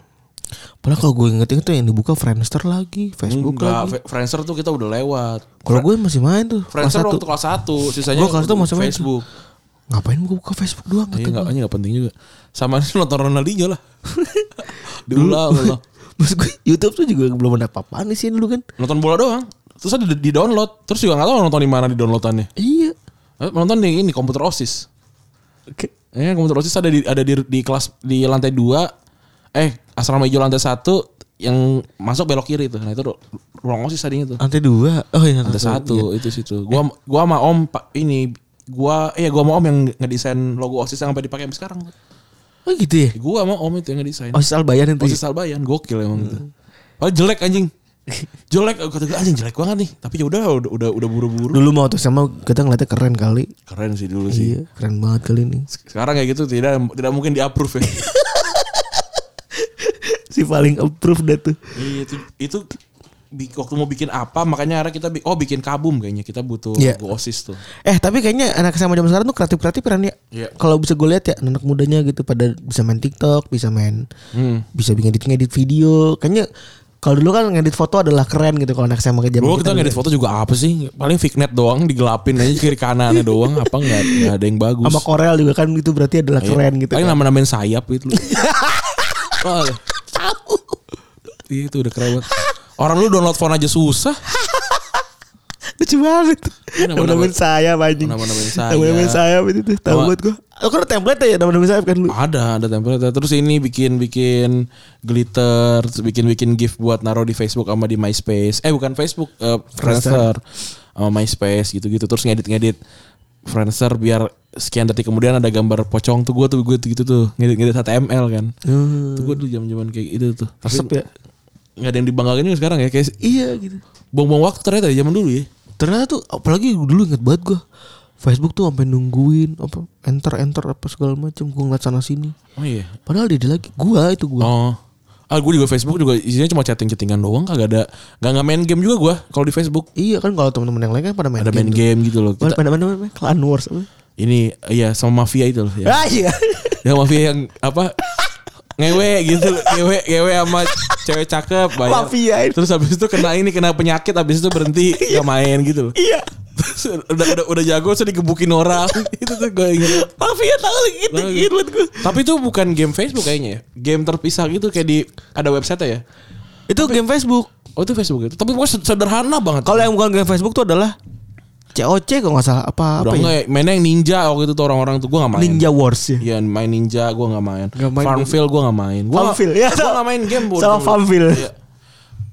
Padahal kalau gue inget-inget tuh yang dibuka Friendster lagi, Facebook
Enggak,
lagi.
Fe- Friendster tuh kita udah lewat.
Kalau gue masih main tuh. Kelas
Friendster
satu.
waktu kelas 1, sisanya
Gua kelas satu masih main tuh.
Facebook.
Ngapain gue buka Facebook doang
Iya
kata
enggak,
gue.
enggak penting juga. Sama nonton Ronaldinho lah. Diulang ulang.
Maksud gue YouTube tuh juga belum ada apa-apaan di sini dulu kan.
Nonton bola doang. Terus ada di download. Terus juga gak tau nonton di mana di downloadannya.
Iya.
Nonton Eh, di ini komputer OSIS.
Oke.
Eh, komputer OSIS ada di ada di, di kelas di lantai 2. Eh, asrama hijau lantai 1 yang masuk belok kiri tuh. Nah, itu ru- ruang OSIS tadinya tuh.
Lantai dua. Oh iya
Lantai 1 itu situ. Gua gua sama Om Pak ini gua eh gua sama Om yang ngedesain logo OSIS yang sampai dipakai sampai sekarang.
Oh gitu ya.
Gua sama Om itu yang ngedesain.
Oh Albayan itu.
OSIS Albayan gokil emang itu. Padahal jelek anjing. Jelek eh, kata gue anjing jelek banget nih. Tapi ya udah udah udah, udah buru-buru.
Dulu mau tuh sama kita ngeliatnya keren kali.
Keren sih dulu sih.
Iya, keren banget kali ini.
Sekarang kayak gitu tidak tidak mungkin di-approve ya.
Si paling approve dah tuh.
Iya itu itu bi- waktu mau bikin apa makanya akhirnya kita bi- oh bikin kabum kayaknya kita butuh
Iya.
logo osis tuh.
Eh tapi kayaknya anak sama zaman sekarang tuh kreatif kreatif kan ya.
Iya.
Kalau bisa gue lihat ya anak mudanya gitu pada bisa main TikTok, bisa main,
Hmm.
bisa bikin edit ngedit video. Kayaknya kalau dulu kan ngedit foto adalah keren gitu kalau anak SMA ke zaman gitu.
Dulu Oh, kita ngedit foto juga apa sih? Paling fignet doang digelapin aja kiri kanannya doang apa nggak nggak ada yang bagus.
sama Corel juga kan itu berarti adalah keren gitu.
Iya. Paling
kan.
nama-namain sayap gitu. itu. oh, Iya, itu udah keren banget. Orang lu download phone aja susah.
Lucu banget.
Iya, nama-nama-
Nama-namain saya anjing.
nama-namain sayap.
Nama-namain sayap itu tuh tahu
Nama-
buat gue. Oh, kan ada template ya nama-namain sayap kan lu.
Ada, ada template. Terus ini bikin-bikin glitter, terus bikin-bikin gift buat naruh di Facebook sama di MySpace. Eh bukan Facebook, eh, Friendster sama MySpace gitu-gitu. Terus ngedit-ngedit Friendster biar sekian detik kemudian ada gambar pocong tuh gue tuh gue tuh gitu tuh ngedit-ngedit HTML kan. Tuh gue dulu zaman-zaman kayak gitu tuh. Tapi
Resep ya.
nggak ada yang dibanggain juga sekarang ya kayak
Iya gitu.
buang-buang waktu ternyata ya zaman dulu ya.
ternyata tuh apalagi dulu inget banget gua Facebook tuh sampai nungguin apa enter enter apa segala macam gua ngeliat sana sini
Oh iya.
padahal dia ada lagi gua itu gua
Oh. Ah gue juga Facebook juga isinya cuma chatting-chattingan doang kagak ada nggak nggak main game juga gue kalau di Facebook
iya kan kalau teman-teman yang lain kan pada main
ada main
game
game gitu loh.
tuh.
Kita-
pada pada main main Clan Wars apa
ini ya sama mafia itu loh ya.
ah iya
ya mafia yang apa ngewe gitu loh. ngewe ngewe sama cewek cakep bayar.
Mafia itu.
terus habis itu kena ini kena penyakit habis itu berhenti nggak main gitu loh
iya
Terus udah udah udah jago terus digebukin orang itu tuh gue ingat
mafia tahu lagi gitu
Tahu.
gitu gua
tapi itu bukan game Facebook kayaknya ya game terpisah gitu kayak di ada website ya
itu game Facebook
oh itu Facebook itu tapi gue sederhana banget
kalau yang bukan game Facebook tuh adalah COC kok nggak salah apa
Udah
apa ya?
enggak, ya? mainnya yang ninja waktu itu tuh orang-orang tuh gue gak main.
Ninja Wars ya.
Iya main ninja gue gak main.
Nggak main
Farmville gue gak main. Gua
Farmville, ya,
Gue
sama-
gak main game. bodoh.
Sama Farmville.
Iya.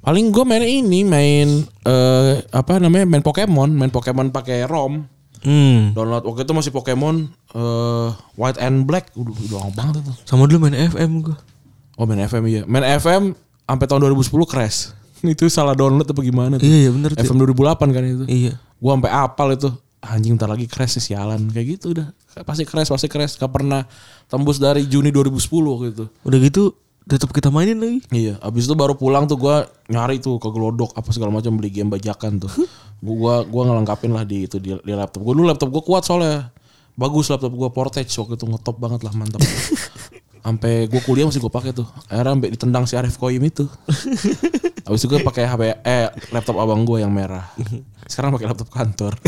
Paling gue main ini main eh, apa namanya main Pokemon, main Pokemon pakai ROM.
Hmm.
Download waktu itu masih Pokemon eh, White and Black. Udah, udah lama banget itu.
Sama dulu main FM gua.
Oh main FM iya. Main FM sampai tahun 2010 crash. itu salah download apa gimana tuh?
Iya, iya, bener tuh.
FM 2008 kan itu.
Iya.
Gua sampai apal itu. Anjing ntar lagi crash sih sialan kayak gitu udah. Pasti crash, pasti crash. Gak pernah tembus dari Juni 2010 waktu itu.
Udah gitu tetap kita mainin lagi.
Iya, abis itu baru pulang tuh gua nyari tuh ke Glodok apa segala macam beli game bajakan tuh. gua gua ngelengkapin lah di itu di, di laptop. Gua dulu laptop gua kuat soalnya. Bagus laptop gua Portage waktu itu ngetop banget lah mantap. Sampai gua kuliah masih gua pakai tuh. Akhirnya sampai ditendang si Arif Koyim itu. Abis itu gua pakai HP eh laptop abang gua yang merah. Sekarang pakai laptop kantor.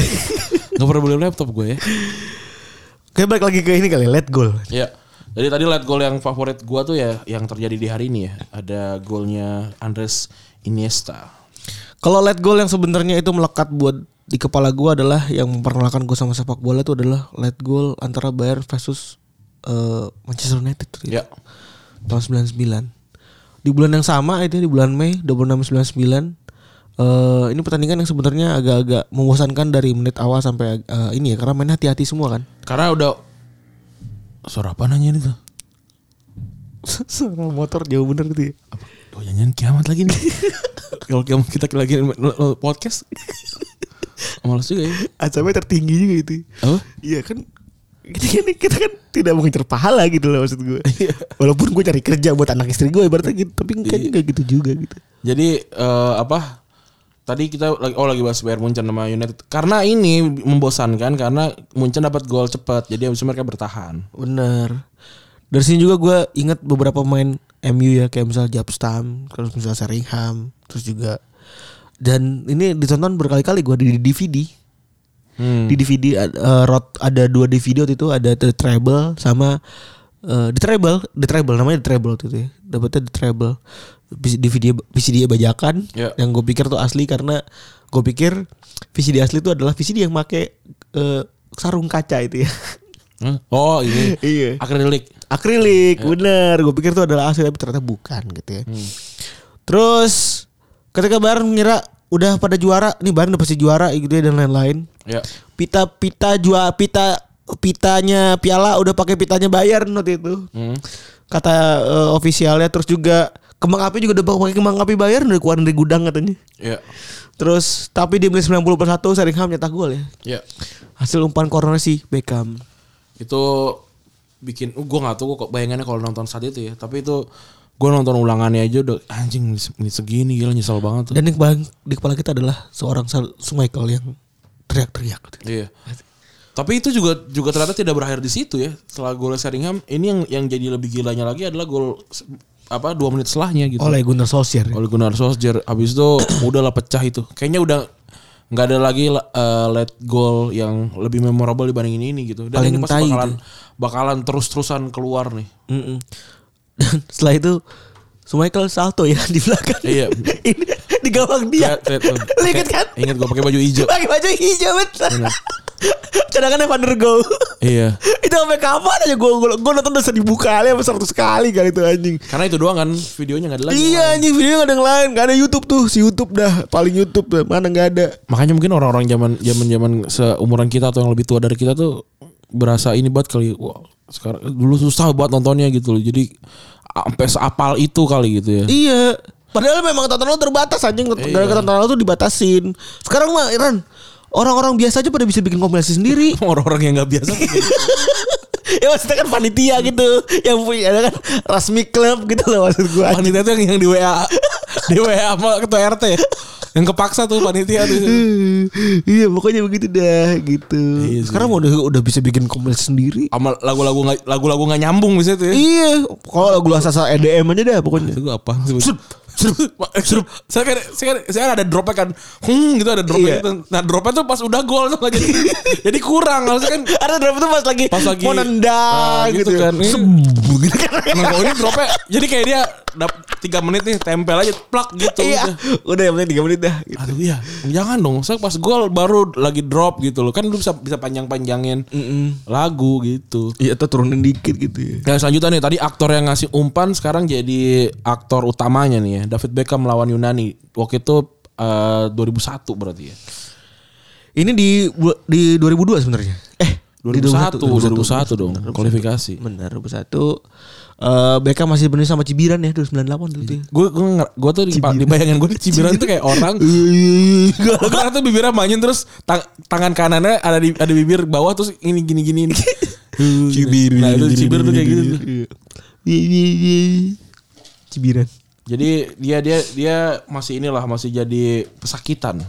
Gak pernah beli laptop gue ya.
Kayak balik lagi ke ini kali, let goal.
Iya. Jadi tadi lihat gol yang favorit gua tuh ya yang terjadi di hari ini ya. Ada golnya Andres Iniesta.
Kalau let goal yang sebenarnya itu melekat buat di kepala gua adalah yang memperkenalkan gua sama sepak bola itu adalah let goal antara Bayern versus eh, Manchester United tuh,
Ya.
tahun 99. Di bulan yang sama itu di bulan Mei 2699 eh ini pertandingan yang sebenarnya agak-agak membosankan dari menit awal sampai eh, ini ya karena main hati-hati semua kan.
Karena udah suara apa nanya itu?
Suara motor jauh bener gitu ya.
Oh nyanyian kiamat lagi nih. Kalau kiamat kita lagi n- n- podcast. Males juga ya.
Azabnya tertinggi juga itu.
Apa?
Iya kan kita kan, kita kan tidak mengincar pahala gitu loh maksud gue. Walaupun gue cari kerja buat anak istri gue ibaratnya gitu, tapi kan nggak gitu juga gitu.
Jadi eh, apa? Tadi kita lagi oh lagi bahas Bayern Munchen sama United. Karena ini membosankan karena Munchen dapat gol cepat. Jadi habis itu mereka bertahan.
Bener. Dari sini juga gue ingat beberapa pemain MU ya kayak misal Jabstam, terus misal Seringham, terus juga dan ini ditonton berkali-kali gue di DVD.
Hmm.
Di DVD ad- eh, rot ada dua DVD waktu itu ada The Treble sama eh, The Treble, The Treble namanya The Treble waktu itu ya. Dapatnya The Treble. Bis- DVD VCD bajakan
Ya.
yang gue pikir tuh asli karena gue pikir VCD asli itu adalah VCD yang make eh, sarung kaca itu ya.
Hah? Oh ini
iya
akrilik.
akrilik bener gue pikir itu adalah asli tapi ternyata bukan gitu ya terus ketika Bayern mengira udah pada juara nih Bayern udah pasti juara gitu ya dan lain-lain
Ya.
pita pita jua pita pitanya piala udah pakai pitanya Bayern waktu itu
Hmm.
kata eh, ofisialnya terus juga kembang api juga udah pakai kembang api Bayern udah keluar dari gudang katanya
Ya.
terus tapi di menit 90 per 1 Seringham nyetak gol ya
Ya.
hasil umpan corner si Beckham
itu bikin uh, gue nggak tahu kok bayangannya kalau nonton saat itu ya tapi itu gue nonton ulangannya aja udah anjing menit menit segini gila nyesel banget tuh.
Dan yang paling di kepala kita adalah seorang Sal- Michael yang teriak-teriak.
iya tapi itu juga juga ternyata tidak berakhir di situ ya setelah gol Sheringham ini yang yang jadi lebih gilanya lagi adalah gol se- apa dua menit setelahnya gitu
Oleh Gunnar Solskjaer. ya?
oleh Gunnar Solskjaer habis itu udahlah pecah itu kayaknya udah nggak ada lagi uh, let goal yang lebih memorable dibanding ini ini gitu dan
Paling
ini pasti
tai
bakalan bakalan terus terusan keluar nih
Mm-mm. Dan setelah itu Michael salto ya di belakang.
Iya.
Ini di gawang dia.
Lihat, lihat,
Iya. Lu inget kan?
ingat gue pakai baju hijau
Pakai baju hijau betul. Cadangannya Van der Go.
iya
itu sampai kapan aja gue gue gue nonton udah seribu kali apa seratus kali kali itu anjing.
Karena itu doang kan videonya nggak ada lagi.
Iya anjing video gak ada yang lain Gak ada Youtube tuh Si Youtube dah Paling Youtube dah. Mana gak ada
Makanya mungkin orang-orang zaman zaman zaman seumuran kita atau yang lebih tua dari kita tuh berasa ini buat kali wah sekarang dulu susah buat nontonnya gitu loh. Jadi sampai seapal itu kali gitu ya.
Iya. Padahal memang tontonan lu terbatas anjing
Iya.
gara-gara tontonan lu tuh dibatasin. Sekarang mah Iran orang-orang biasa aja pada bisa bikin kompilasi sendiri.
Orang-orang yang nggak biasa.
Iya. ya maksudnya kan panitia gitu yang punya ada kan resmi klub gitu loh maksud gua.
panitia tuh yang, yang di WA di WA sama ketua RT ya. Yang kepaksa tuh panitia tuh.
iya pokoknya begitu dah gitu.
Iya sih.
Sekarang udah udah bisa bikin kompilasi sendiri.
Sama lagu-lagu nggak lagu-lagu nggak nyambung misalnya tuh ya.
Iya, kalau lagu asal EDM E aja dah pokoknya.
Itu gua apa sih?
Sup,
serup, serup. Saya kan, saya kan, saya kan ada dropnya kan, hmm gitu ada dropnya
Iya.
gitu. Nah dropnya tuh pas udah gol tuh jadi, jadi kurang. Harusnya kan
Ada drop itu pas lagi,
Pas lagi-
mau
Ah,
nendang
gitu
gitu,
kan. Ini-
Sebu, gitu kan.
Nah kalau ini dropnya Jadi kayak dia dap- tiga menit nih Tempel aja Plak gitu
Iya,
udah.
udah yang penting 3 menit dah. gitu.
Aduh iya Jangan dong Saya pas gol baru lagi drop gitu loh Kan lu bisa, bisa panjang-panjangin Lagu gitu
Iya, atau turunin dikit gitu ya.
Nah selanjutnya nih Tadi aktor yang ngasih umpan Sekarang jadi aktor utamanya nih ya David Beckham melawan Yunani Waktu itu eh, 2001 berarti ya
Ini di bu- di 2002 sebenarnya. Eh, di
2001 2001, dong Kualifikasi
Benar, 2001. Eh Beckham masih bener sama Cibiran ya 298 dulu tuh.
Gue gue nger- gue tuh dipa- dibayangin gue di cibiran tuh kayak orang
Iya.
Gue kira tuh bibirnya manyun terus tang- tangan kanannya ada di ada bibir bawah terus ini gini gini. ini.
Cibir.
Nah, itu cibir tuh kayak gitu. tuh.
Iya. Cibiran.
Jadi dia dia dia masih inilah masih jadi pesakitan.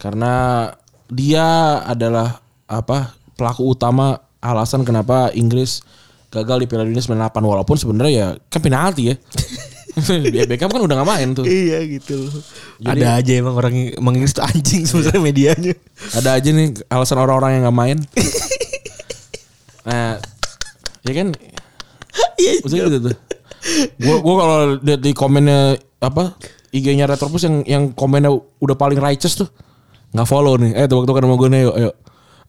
Karena dia adalah apa pelaku utama alasan kenapa Inggris gagal di Piala Dunia 98 walaupun sebenarnya ya kan penalti ya. ya Beckham kan udah gak main tuh.
Iya gitu loh.
Jadi-
Ada aja emang orang yang- emang Inggris tuh anjing sebenarnya medianya.
Ada aja nih alasan orang-orang yang nggak main. nah, ya kan,
Iya.
maksudnya gitu tuh. Gua, gua kalau lihat di komennya apa IG-nya Retropus yang yang komennya udah paling righteous tuh nggak follow nih. Eh, tuh waktu kan sama gue nih, yuk, yuk.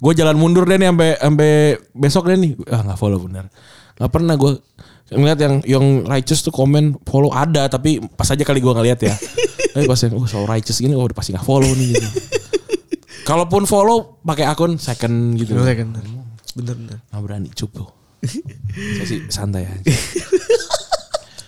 Gue jalan mundur deh nih sampai sampai besok deh nih. Ah, nggak follow bener. Nggak pernah gue ngeliat yang yang righteous tuh komen follow ada tapi pas aja kali gue ngeliat ya. Tapi pas yang oh so righteous gini, oh udah pasti nggak follow nih. Gitu. Kalaupun follow pakai akun second gitu.
Bener kan? Bener bener.
Nggak berani cukup. Saya sih santai aja.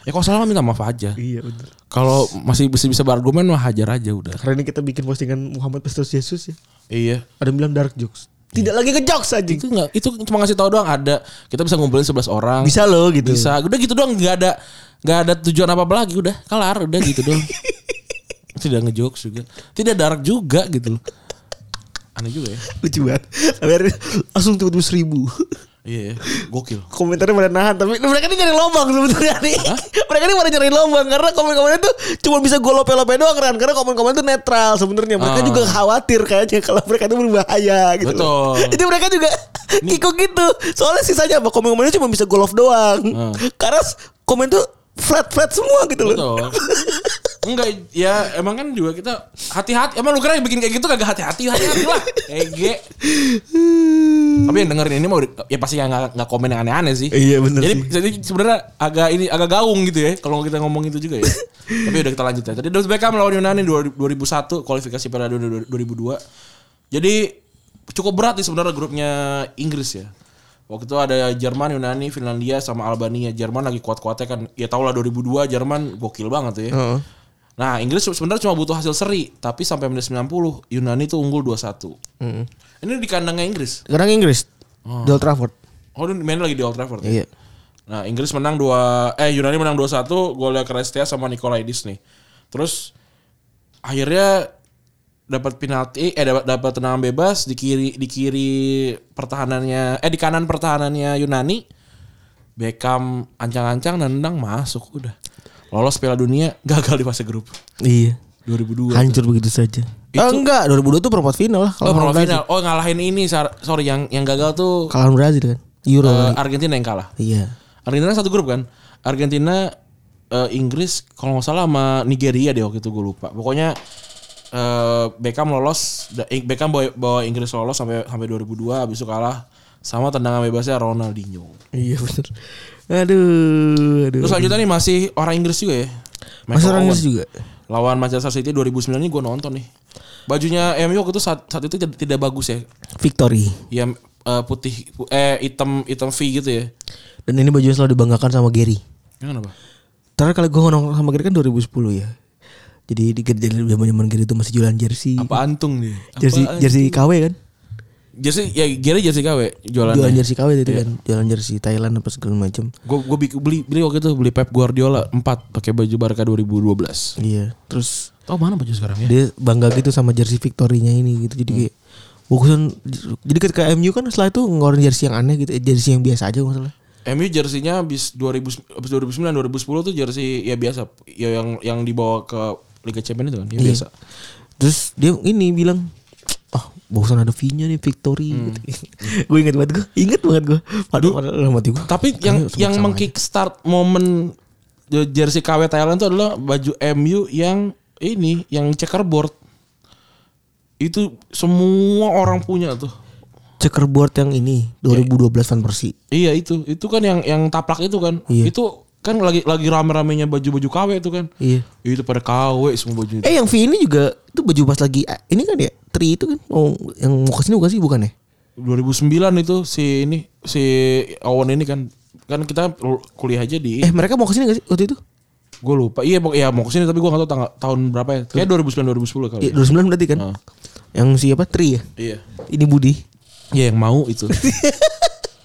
ya kalau salah mah minta maaf aja.
Iya bener.
Kalau masih bisa bisa berargumen mah hajar aja udah.
Karena ini kita bikin postingan Muhammad Pestus Yesus ya.
Iya.
Ada yang bilang dark jokes. Tidak lagi ke jokes anjing.
Itu nggak itu cuma ngasih tahu doang ada. Kita bisa ngumpulin 11 orang.
Bisa loh gitu.
Bisa. Udah gitu doang nggak ada nggak ada tujuan apa apa lagi udah kelar udah gitu doang. Tidak ngejokes juga. Tidak dark juga gitu loh. Aneh juga ya.
Lucu banget. Tapi akhirnya langsung tiba-tiba seribu.
Iya, ya. gokil.
Komentarnya pada nahan tapi mereka ini nyari lobang sebetulnya nih. mereka ini pada nyari lobang karena komen-komennya tuh cuma bisa gue lope-lope doang kan karena komen-komen tuh netral sebenarnya. Mereka
Ah.
juga khawatir kayaknya kalau mereka itu berbahaya gitu. loh.
Betul.
Jadi mereka juga ngikut gitu. Soalnya sisanya apa komen-komennya cuma bisa golf doang.
Ah.
Karena s- komen tuh flat-flat semua gitu loh.
Betul. Enggak, ya emang kan juga kita hati-hati. Emang lu kira yang bikin kayak gitu kagak hati-hati, hati-hati lah. Ege. Tapi yang dengerin ini mau ya pasti yang nggak nggak komen yang aneh-aneh sih.
Iya, bener
Jadi
sih.
jadi sebenarnya agak ini agak gaung gitu ya kalau kita ngomong itu juga ya. Tapi udah kita lanjut ya. Tadi David Beckham melawan Yunani 2001 kualifikasi pada 2002. Jadi cukup berat nih sebenarnya grupnya Inggris ya. Waktu itu ada Jerman, Yunani, Finlandia sama Albania. Jerman lagi kuat-kuatnya kan. Ya tau lah 2002 Jerman gokil banget tuh ya.
Heeh.
Nah, Inggris sebenarnya cuma butuh hasil seri, tapi sampai menit 90 Yunani tuh unggul 2-1.
hmm.
Ini di kandangnya Inggris.
Sekarang Inggris. Di Old Trafford.
Oh, ini main lagi di Old Trafford. ya?
Iya.
Nah, Inggris menang 2 eh Yunani menang 2-1, golnya Krestia sama Nikolaidis nih. Terus akhirnya dapat penalti eh dapat dapat tendangan bebas di kiri di kiri pertahanannya eh di kanan pertahanannya Yunani. Beckham ancang-ancang nendang masuk udah. Lolos Piala Dunia gagal di fase grup
Iya.
2002.
Hancur begitu saja. Eh, enggak, 2002 tuh perempat final lah
Oh,
kalau
perempat
lawan Brazil.
final. Oh, ngalahin ini. sar- Sorry, yang yang gagal tuh
Kalau Brazil kan. Euro.
eh,
kali.
Argentina yang kalah.
Iya.
Argentina satu grup kan. Argentina, eh, Inggris, kalau nggak salah sama Nigeria deh waktu itu gue lupa. Pokoknya eh, Beckham lolos, da- eh, Beckham bawa, bawa Inggris lolos sampai sampai 2002. Habis itu kalah sama tendangan bebasnya Ronaldinho.
Iya benar. Aduh, aduh.
Terus selanjutnya nih masih orang Inggris juga ya.
Masih
Michael
orang Inggris
Owen.
juga.
Lawan Manchester City 2009 ini gue nonton nih. Bajunya MU waktu itu saat, saat itu tidak, tidak bagus ya.
Victory.
Ya eh, putih eh hitam hitam V gitu ya.
Dan ini bajunya selalu dibanggakan sama Gary.
Ya, Kenapa?
Terakhir kali gue nongkrong sama Gary kan 2010 ya. Jadi di zaman zaman Gary itu masih jualan jersey.
Apa antung nih?
Jersey
Apa-
jersey KW kan?
jersey ya Gary jersey KW
Jualan
jualannya.
jersey KW itu kan. Jualan jersey Thailand apa segala macam.
Gue gue beli beli waktu itu beli Pep Guardiola 4 pakai baju Barca 2012.
Iya. Terus
Tahu mana baju sekarang ya? Hmm.
dia bangga gitu sama jersey victorinya ini gitu. Jadi kayak Bukusan jadi ketika MU kan setelah itu ngeluarin jersey yang aneh gitu, eh, jersey yang biasa aja nggak salah.
MU jersinya habis 2000 habis 2009 2010 tuh jersey ya biasa ya yang yang dibawa ke Liga Champions itu kan ya biasa.
Terus dia ini bilang Ah, bagusan ada V-nya nih Victory.
Hmm.
gue inget banget gue, inget banget gue. Aduh, padahal mati gue.
Tapi yang yang mengkickstart momen jersey KW Thailand itu adalah baju MU yang ini yang checkerboard. Itu semua orang punya tuh.
checkerboard yang ini 2012 Van Persie.
Iya itu, itu kan yang yang taplak itu kan.
Iya.
Itu kan lagi lagi rame-ramenya baju-baju KW itu kan.
Iya.
Itu pada KW semua baju itu.
Eh yang V ini juga itu baju pas lagi eh, ini kan ya tri itu kan oh yang mau kesini bukan sih bukan ya?
2009 itu si ini si Owen ini kan kan kita kuliah aja di
Eh mereka mau kesini gak sih waktu itu?
gue lupa iya pokok- iya mau kesini tapi gue gak tahu tanggal tahun berapa ya kayak 2009 2010 kali
Iya
ya.
2009 berarti kan?
Ah.
Yang siapa tri ya?
iya
Ini Budi.
iya yang mau itu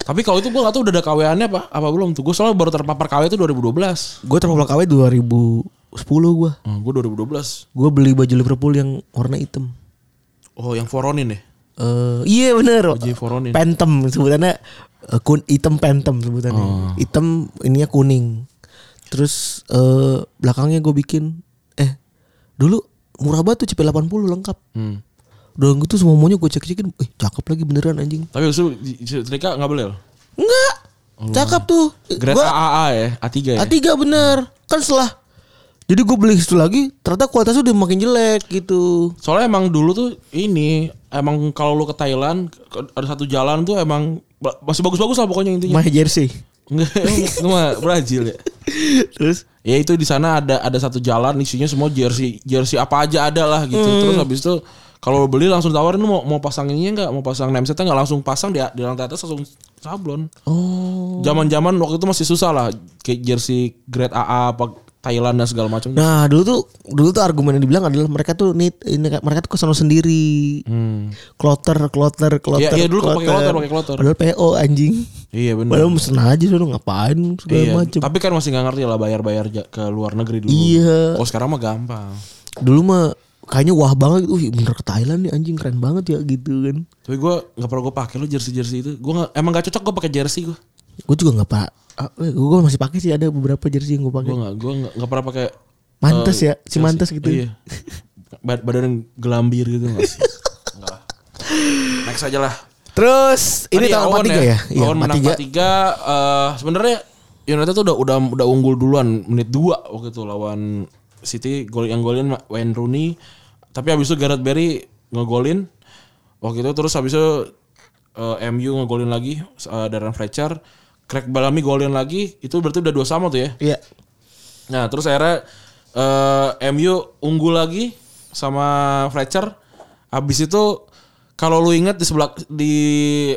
tapi kalau itu gue gak tahu udah ada KW-annya apa apa belum tuh gue soalnya baru terpapar KW itu 2012
Gue terpapar KW 2010 gue.
oh, gue 2012
Gue beli baju Liverpool yang warna hitam.
oh yang Voronin ya
Eh iya bener.
OJ Voronin
Phantom sebutannya eh, kun hitam Phantom sebutannya. Hitam ininya kuning. Terus eh belakangnya gue bikin eh dulu murah banget tuh CP80 lengkap.
hmm.
Udah gitu semua maunya gue cek-cekin, eh cakep lagi beneran anjing.
tapi itu Trika gak boleh loh.
Enggak. Cakep tuh.
grade
Gua
AAA ya A3 ya
A3 bener. Kan setelah jadi gue beli situ lagi, ternyata kualitasnya udah makin jelek gitu.
Soalnya emang dulu tuh ini emang kalau lu ke Thailand ke- ada satu jalan tuh emang ba- masih bagus-bagus lah pokoknya intinya.
My jersey.
Enggak, itu mah Brazil ya.
Terus
Ya itu di sana ada ada satu jalan isinya semua jersey jersey apa aja ada lah gitu.
Hmm.
Terus habis itu kalau lu beli langsung tawarin lu mau mau pasang ininya enggak, mau pasang name setnya enggak langsung pasang di di lantai atas langsung sablon.
oh.
Zaman-zaman waktu itu masih susah lah kayak jersey grade AA apa Thailand dan segala macam.
Nah, dulu tuh dulu tuh argumen yang dibilang adalah mereka tuh need ini mereka tuh kesana sendiri.
Hmm.
Kloter, kloter, kloter.
Iya, iya, dulu pakai kloter, pakai kloter.
Padahal PO anjing.
Iya benar.
Padahal mesen aja sono ngapain segala
Iya,
macem.
tapi kan masih nggak ngerti lah bayar-bayar ja- ke luar negeri dulu.
Iya.
Kalau sekarang mah gampang.
Dulu mah kayaknya wah banget uh bener ke Thailand nih anjing keren banget ya gitu kan.
Tapi gue nggak pernah gue pakai lo jersey jersey itu. Gue nggak- emang gak cocok gue pakai jersey gue.
Gue juga nggak pak, gue masih pakai sih ada beberapa jersey yang gue pakai.
Gue nggak gue nggak nggak pernah pakai.
Mantas
eh,
ya, si
jersey.
mantas gitu.
Iya. Bad- badan yang gelambir gitu nggak sih? Nggak lah. Next aja lah.
Terus ini
Tadi
tahun
Oh, Owen
43 ya? Iya,
Owen menang
43.
43 eh, sebenarnya United tuh udah udah udah unggul duluan menit 2 waktu itu lawan City gol yang golin Wayne Rooney. Tapi habis itu Gareth Barry ngegolin. Waktu itu terus habis itu eh, MU ngegolin lagi eh, Darren Fletcher, Craig Bellamy golin lagi. Itu berarti udah dua sama tuh ya.
Iya.
Nah terus akhirnya eh, MU unggul lagi sama Fletcher. Habis itu kalau lu ingat di sebelah di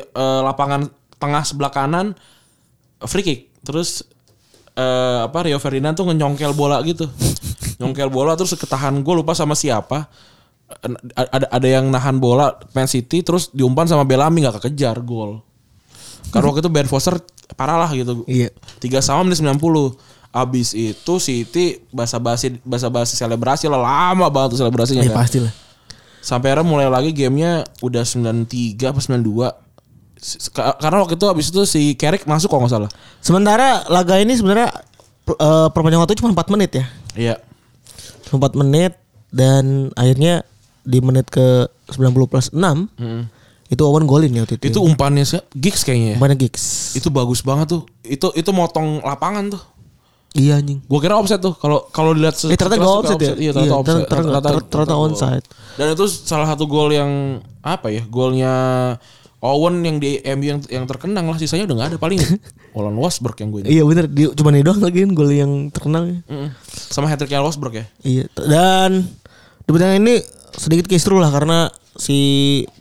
eh, lapangan tengah sebelah kanan free kick. Terus eh, apa Rio Ferdinand tuh nyongkel bola gitu. nyongkel bola terus ketahan gue lupa sama siapa. Eh, Ada ada yang nahan bola Man City terus diumpan sama Bellamy nggak kekejar gol. Karena waktu itu Ben Foster parah lah gitu
Iya.
tiga sama menit 90 abis itu City basa-basi basa-basi selebrasi lah lama banget tuh selebrasinya
Ya
kan.
pasti lah.
sampai akhirnya mulai lagi gamenya udah 93 apa 92 Se- ka- karena waktu itu abis itu si Carrick masuk kalau nggak salah
Sementara laga ini sebenarnya eh, perpanjangan waktu cuma 4 menit ya.
iya
4 menit dan akhirnya di menit ke 90 plus 6 itu Owen golin ya waktu itu.
itu umpannya sih gigs kayaknya ya.
Umpannya gigs.
itu bagus banget tuh itu itu motong lapangan tuh
Iya anjing.
gue kira offset tuh kalau kalau dilihat se-
Eh, ternyata
sekilas
gak
tuh
offset ya?
iya ternyata
Iya,
offset
ternyata- ternyata- ternyata
gol.
onside.
dan itu salah satu gol yang apa ya golnya Owen yang di MU yang yang terkenang lah sisanya udah nggak ada paling Olan Wasberg yang gue ingat
Iya bener dia cuma ini doang lagi gol yang terkenal. ya.
Mm-mm. sama hat tricknya Wasberg ya
Iya. t- Dan di pertandingan ini sedikit kisruh lah karena si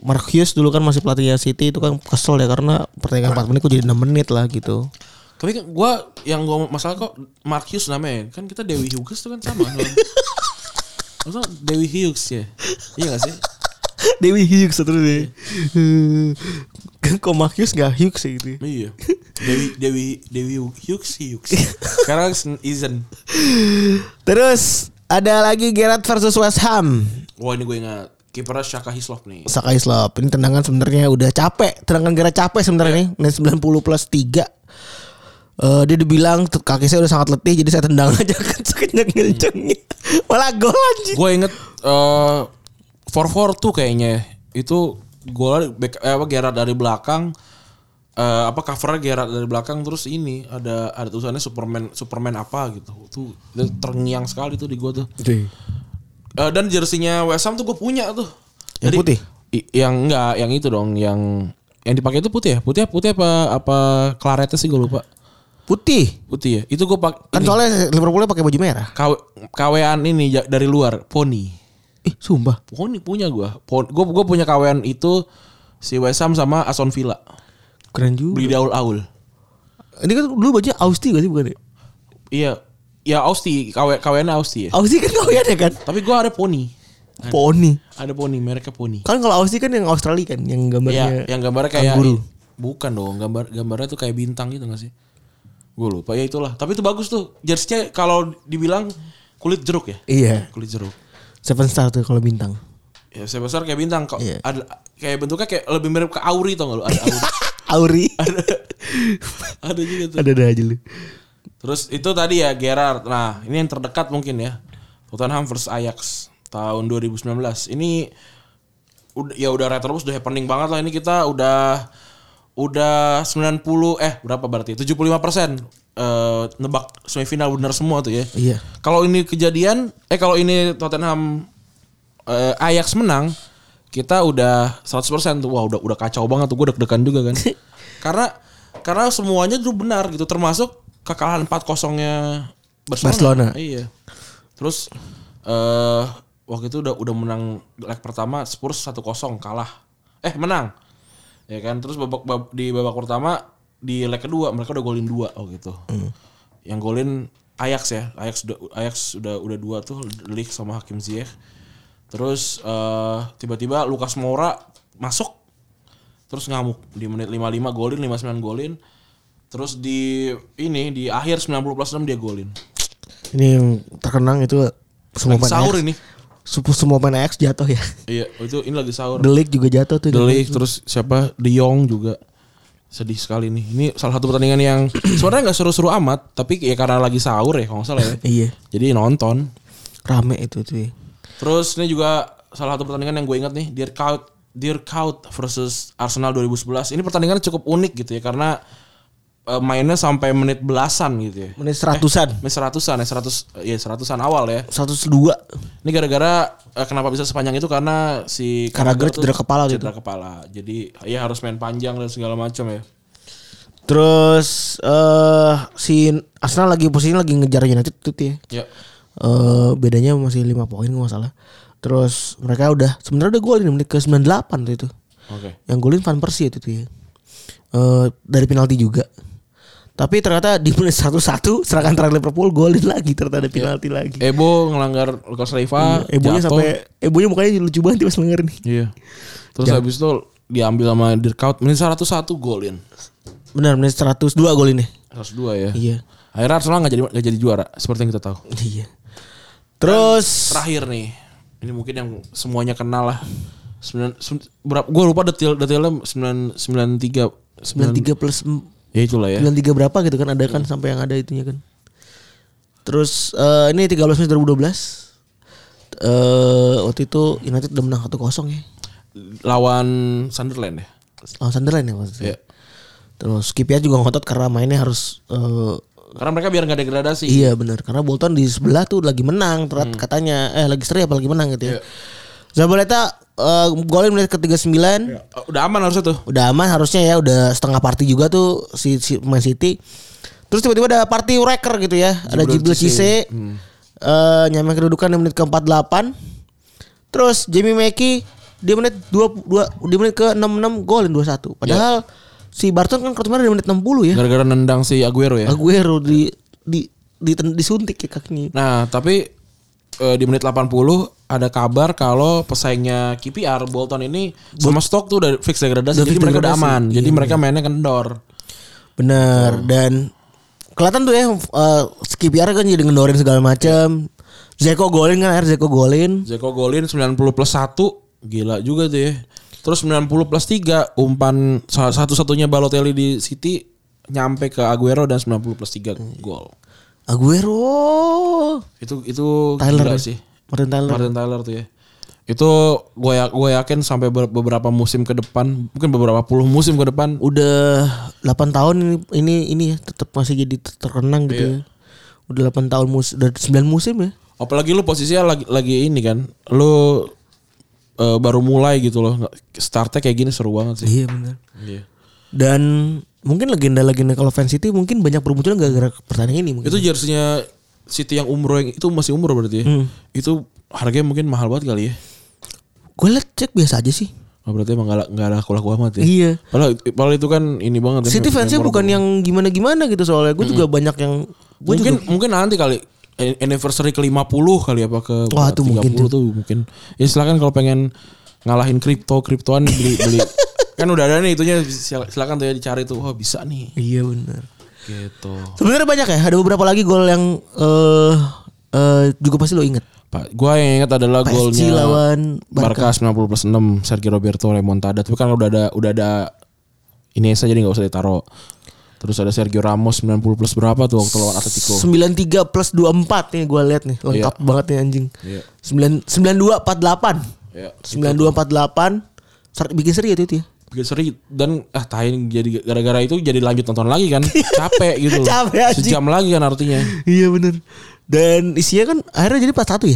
Mark Hughes dulu kan masih pelatihnya City itu kan kesel ya karena pertandingan 4 menit kok jadi 6 menit lah gitu.
tapi kan gue yang gue masalah kok Mark Hughes namanya kan kita Dewi Hughes tuh kan sama kan? Maksudnya Dewi Hughes ya iya gak sih
Dewi Hughes terus ya. deh. Iya. Kok Mark Hughes gak Hughes sih gitu. ya?
iya Dewi Dewi Dewi Hughes Hughes kan sekarang Izen
Terus ada lagi Gerrard versus West Ham.
wah ini gue ingat kipernya Shaka Hislop nih
Saka Islop. Ini tendangan sebenarnya udah capek. Tendangan Gerrard capek sebenarnya nih. Menit 90 plus 3. Eh, dia dibilang "Tuh, kaki saya udah sangat letih jadi saya tendang aja kan sekenceng kencengnya malah gol anjing
Gue inget eh 4-4 tuh kayaknya itu gol back- eh, apa Gerard dari belakang eh, apa covernya Gerard dari belakang terus ini ada ada tulisannya Superman Superman apa gitu tuh dan terngiang sekali tuh di gue tuh Eh, dan jersinya West Ham tuh gue punya tuh
Yang putih?
i- yang enggak yang itu dong yang yang dipakai itu putih ya putih putih apa apa klaretnya sih gue lupa
putih
putih ya itu gue pakai
kan soalnya Liverpoolnya pakai baju merah
kawean ini ja- dari luar poni
ih sumpah
Poni punya gua. Pon, gua gua punya kawean itu si West Ham sama Aston Villa.
keren juga
Beli daul aul.
ini kan dulu bajunya Austi gak sih bukan ya
Iya. Ya Austi, kawe kawean Austi ya.
Austi kan kau ya kan
Tapi gua ada poni.
poni
Ada poni, mereknya poni.
kan kalau Austi kan yang Australia kan yang gambarnya
Iya, yang gambarnya kayak
Kangguru.
Bukan dong, gambar gambarnya tuh kayak bintang gitu gak sih? Gue lupa ya itulah. Tapi itu bagus tuh. Jersey-nya kalau dibilang kulit jeruk ya.
iya
Kulit jeruk.
Seven Star tuh kalau bintang
Ya saya besar kayak bintang kok.
Iya.
Ada kayak bentuknya kayak lebih mirip ke Auri tau gak lu? Ada Auri.
Auri
ada juga tuh.
ada ada aja lu
Terus itu tadi ya Gerard. Nah, ini yang terdekat mungkin ya. Tottenham versus Ajax tahun 2019. Ini ud- ya udah retrobus udah happening banget lah ini kita udah udah 90 eh berapa berarti? 75% eh nebak semifinal benar semua tuh ya.
Iya.
Kalau ini kejadian eh kalau ini Tottenham eh, Ajax menang, kita udah 100% tuh. Wah, udah udah kacau banget tuh. Gue deg-degan juga kan. karena karena semuanya dulu benar gitu, termasuk kekalahan 4-0-nya Barcelona.
Barcelona.
Iya. Terus eh waktu itu udah udah menang leg pertama Spurs 1-0 kalah. Eh, menang. Ya kan? Terus babak, bab- di babak pertama di leg kedua mereka udah golin dua oh gitu. Yang golin Ajax ya. Ajax udah Ajax udah udah dua tuh League sama Hakim Ziyech. Terus eh tiba-tiba Lukas Moura masuk terus ngamuk di menit 55 golin 59 golin terus di ini di akhir 90 plus 6 dia golin
ini yang terkenang itu semua
lagi
pemain
sahur
Ajax
ini
Sup- semua pemain Ajax jatuh ya
iya itu ini lagi sahur
The League juga jatuh tuh
Delik terus siapa De Jong juga sedih sekali nih ini salah satu pertandingan yang sebenarnya nggak seru-seru amat tapi ya karena lagi sahur ya kalau nggak salah ya
iya
jadi nonton
rame itu tuh
terus ini juga salah satu pertandingan yang gue ingat nih Dear Kaut Dear Kaut versus Arsenal 2011 ini pertandingan cukup unik gitu ya karena eh, mainnya sampai menit belasan gitu ya
menit seratusan
Ini seratusan ya, seratus ya seratusan awal ya.
seratus dua
Ini gara-gara eh, kenapa bisa sepanjang itu karena si
Carragher
tuh
cedera kepala gitu.
Cedera kepala. Jadi ya harus main panjang dan segala macam ya.
terus eh si Arsenal lagi posisinya lagi ngejar United tuh Ti,
Ya.
ya Eh bedanya masih 5 poin kalau nggak salah. Terus mereka udah sebenarnya udah golin di menit ke 98 tuh itu.
Oke.
Yang golin Van Persie itu tuh ya. Eh dari penalti juga. Tapi ternyata di menit 1-1 serangan terakhir Liverpool golin lagi ternyata ada penalti lagi.
Ebo ngelanggar Lucas
Eh,
Leiva,
Iya. Ebonya
jatuh.
sampai eh, Ebonya mukanya lucu banget pas denger nih.
Iya. Terus habis itu diambil sama Dirkaut menit 101 golin.
Benar menit 102 golinnya.
102 ya.
Iya.
Akhirnya Arsenal nggak jadi nggak jadi juara seperti yang kita tahu.
Iya. Terus
Terakhir nih. Ini mungkin yang semuanya kenal lah. Sembilan, sem- berapa? Gue lupa detail detailnya 9 93 93
93 plus em-
Ya itulah ya.
93 berapa gitu kan ada kan sampai yang ada itunya kan. Terus eh, ini 13 Mei 2012. Eh waktu itu United udah menang 1-0 ya.
lawan Sunderland ya.
Lawan Sunderland ya maksudnya.
Iya.
Terus KPI juga ngotot karena mainnya harus eh,
Karena mereka biar nggak degradasi.
iya benar karena Bolton di sebelah tuh lagi menang terat katanya eh lagi seri apa lagi menang gitu ya. Zabaleta eh, golin menit ke-39
Iya. Oh, Udah aman harusnya tuh.
udah aman harusnya ya udah setengah party juga tuh si, si Man City terus tiba-tiba ada party wrecker gitu ya ada Jibril Cisse eh, nyamain kedudukan di menit ke 48 terus Jamie Mackey di menit 22 di menit ke 66 golin 21 padahal si Barton kan kartu merah di menit 60 ya
Gara-gara nendang si Aguero ya.
Aguero di di di disuntik ya kakinya
Nah, tapi eh, di menit 80 ada kabar kalau pesaingnya KPR Bolton ini sama stok tuh udah fix degradasi.
Udah
jadi
fix
mereka udah
degradasi. Iya.
aman. jadi mereka mainnya kendor.
Bener dan kelihatan tuh ya eh, skip Skipyar kan jadi ngendorin segala macam. Zeko golin kan akhirnya Zeko golin.
Zeko golin 90 plus 1. Gila juga tuh ya. Terus 90 plus 3 umpan sa- satu-satunya Balotelli di City nyampe ke Aguero dan 90 plus
Iya.
3 gol.
Aguero.
Itu itu
Tyler ya?
gila sih.
Martin Tyler.
Martin Tyler tuh ya. Itu gue gue yakin sampai ber- beberapa musim ke depan, mungkin beberapa puluh musim ke depan
Udah 8 tahun ini ini, ini ya tetap masih jadi ter- terkenang gitu ya. Udah 8 tahun musim udah 9 musim ya.
Apalagi lu posisinya lagi lagi ini kan, lu eh, baru mulai gitu loh. Startnya kayak gini seru banget sih.
Iya benar.
Iya.
Dan mungkin legenda-legenda kalau Fan City mungkin banyak bermunculan gara-gara pertandingan ini mungkin.
Itu jersinya City yang umroh yang itu masih umroh berarti ya.
Hmm.
Itu harganya mungkin mahal banget kali ya.
Gue liat cek biasa aja sih.
Oh, berarti emang gak, gak ada laku-laku amat ya.
Iya.
Padahal, padahal itu kan ini banget. ya,
City
memorable.
fansnya bukan yang gimana-gimana gitu soalnya. Gue juga banyak yang gue
mungkin mungkin nanti kali eh, anniversary ke-50 kali apa ke
Wah, itu mungkin
30 tuh mungkin. Ya silakan kalau pengen ngalahin kripto kriptoan beli beli kan udah ada nih itunya sil- silakan tuh ya dicari tuh wah bisa nih
Iya benar.
gitu
Sebenarnya banyak ya. Ada beberapa lagi gol yang eh eh, juga pasti lo inget.
pak gua yang ingat adalah
PSG
golnya
lawan Barca.
Barca 90 plus 6 Sergio Roberto remontada tapi kan udah ada udah ada Iniesta jadi nggak usah ditaruh terus ada Sergio Ramos 90 plus berapa tuh waktu lawan Atletico
93 plus 24 nih gue lihat nih lengkap banget nih anjing.
Iya.
9 9248.
ya
9248 Ser- bikin seri ya itu ya.
bikin seri dan ah tahin jadi gara-gara itu jadi lanjut nonton lagi kan capek gitu loh.
Capek, anjing.
sejam lagi kan artinya
Iya benar. Dan isinya kan akhirnya jadi pas satu ya.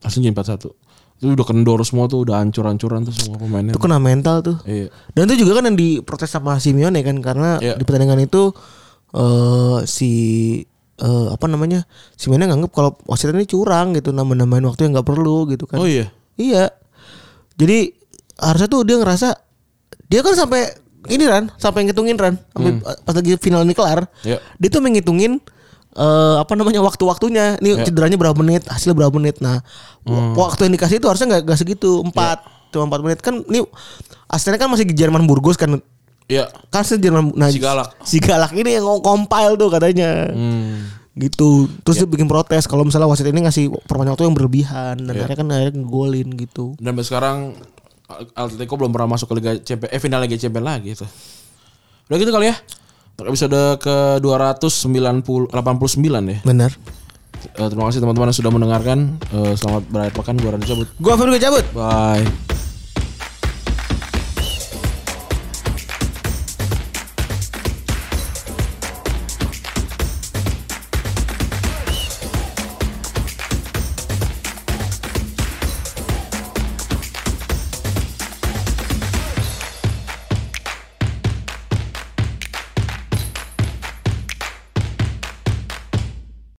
langsung jadi empat satu itu udah kendor semua tuh udah hancur-hancuran tuh semua pemainnya
Itu kena mental tuh.
iya
Dan itu juga kan yang diprotes sama Simeone kan karena
Iya.
di pertandingan itu eh si eh, apa namanya? Simeone nganggap kalau wasit ini curang gitu nambah-nambahin waktu yang nggak perlu gitu kan.
oh iya
Iya. Jadi harusnya tuh dia ngerasa dia kan sampai ini Ran, sampai ngitungin Ran, sampai pas lagi final ini kelar.
Hmm. Iya.
Dia tuh menghitungin eh apa namanya waktu-waktunya. Ini
Iya.
cederanya berapa menit, hasilnya berapa menit. Nah,
Hmm.
wa- waktu yang dikasih itu harusnya nggak nggak segitu, 4
Iya.
cuma 4 menit kan ini aslinya kan masih di Jerman Burgos kan
iya
kan aslinya Jerman nah,
Si Galak.
si Galak ini yang compile tuh katanya
hmm. Iya.
gitu terus dia bikin protes kalau misalnya wasit ini ngasih perpanjang waktu yang berlebihan dan
Iya.
akhirnya kan akhirnya ngegolin gitu
dan sampai sekarang Al- Atletico belum pernah masuk ke Liga Champions eh final Liga Champions lagi itu udah gitu kali ya episode ke 290 89 ya.
Benar.
Eh, terima kasih teman-teman yang sudah mendengarkan. Eh, selamat berakhir pekan. Gua Randy cabut.
Gua Firman cabut.
Bye.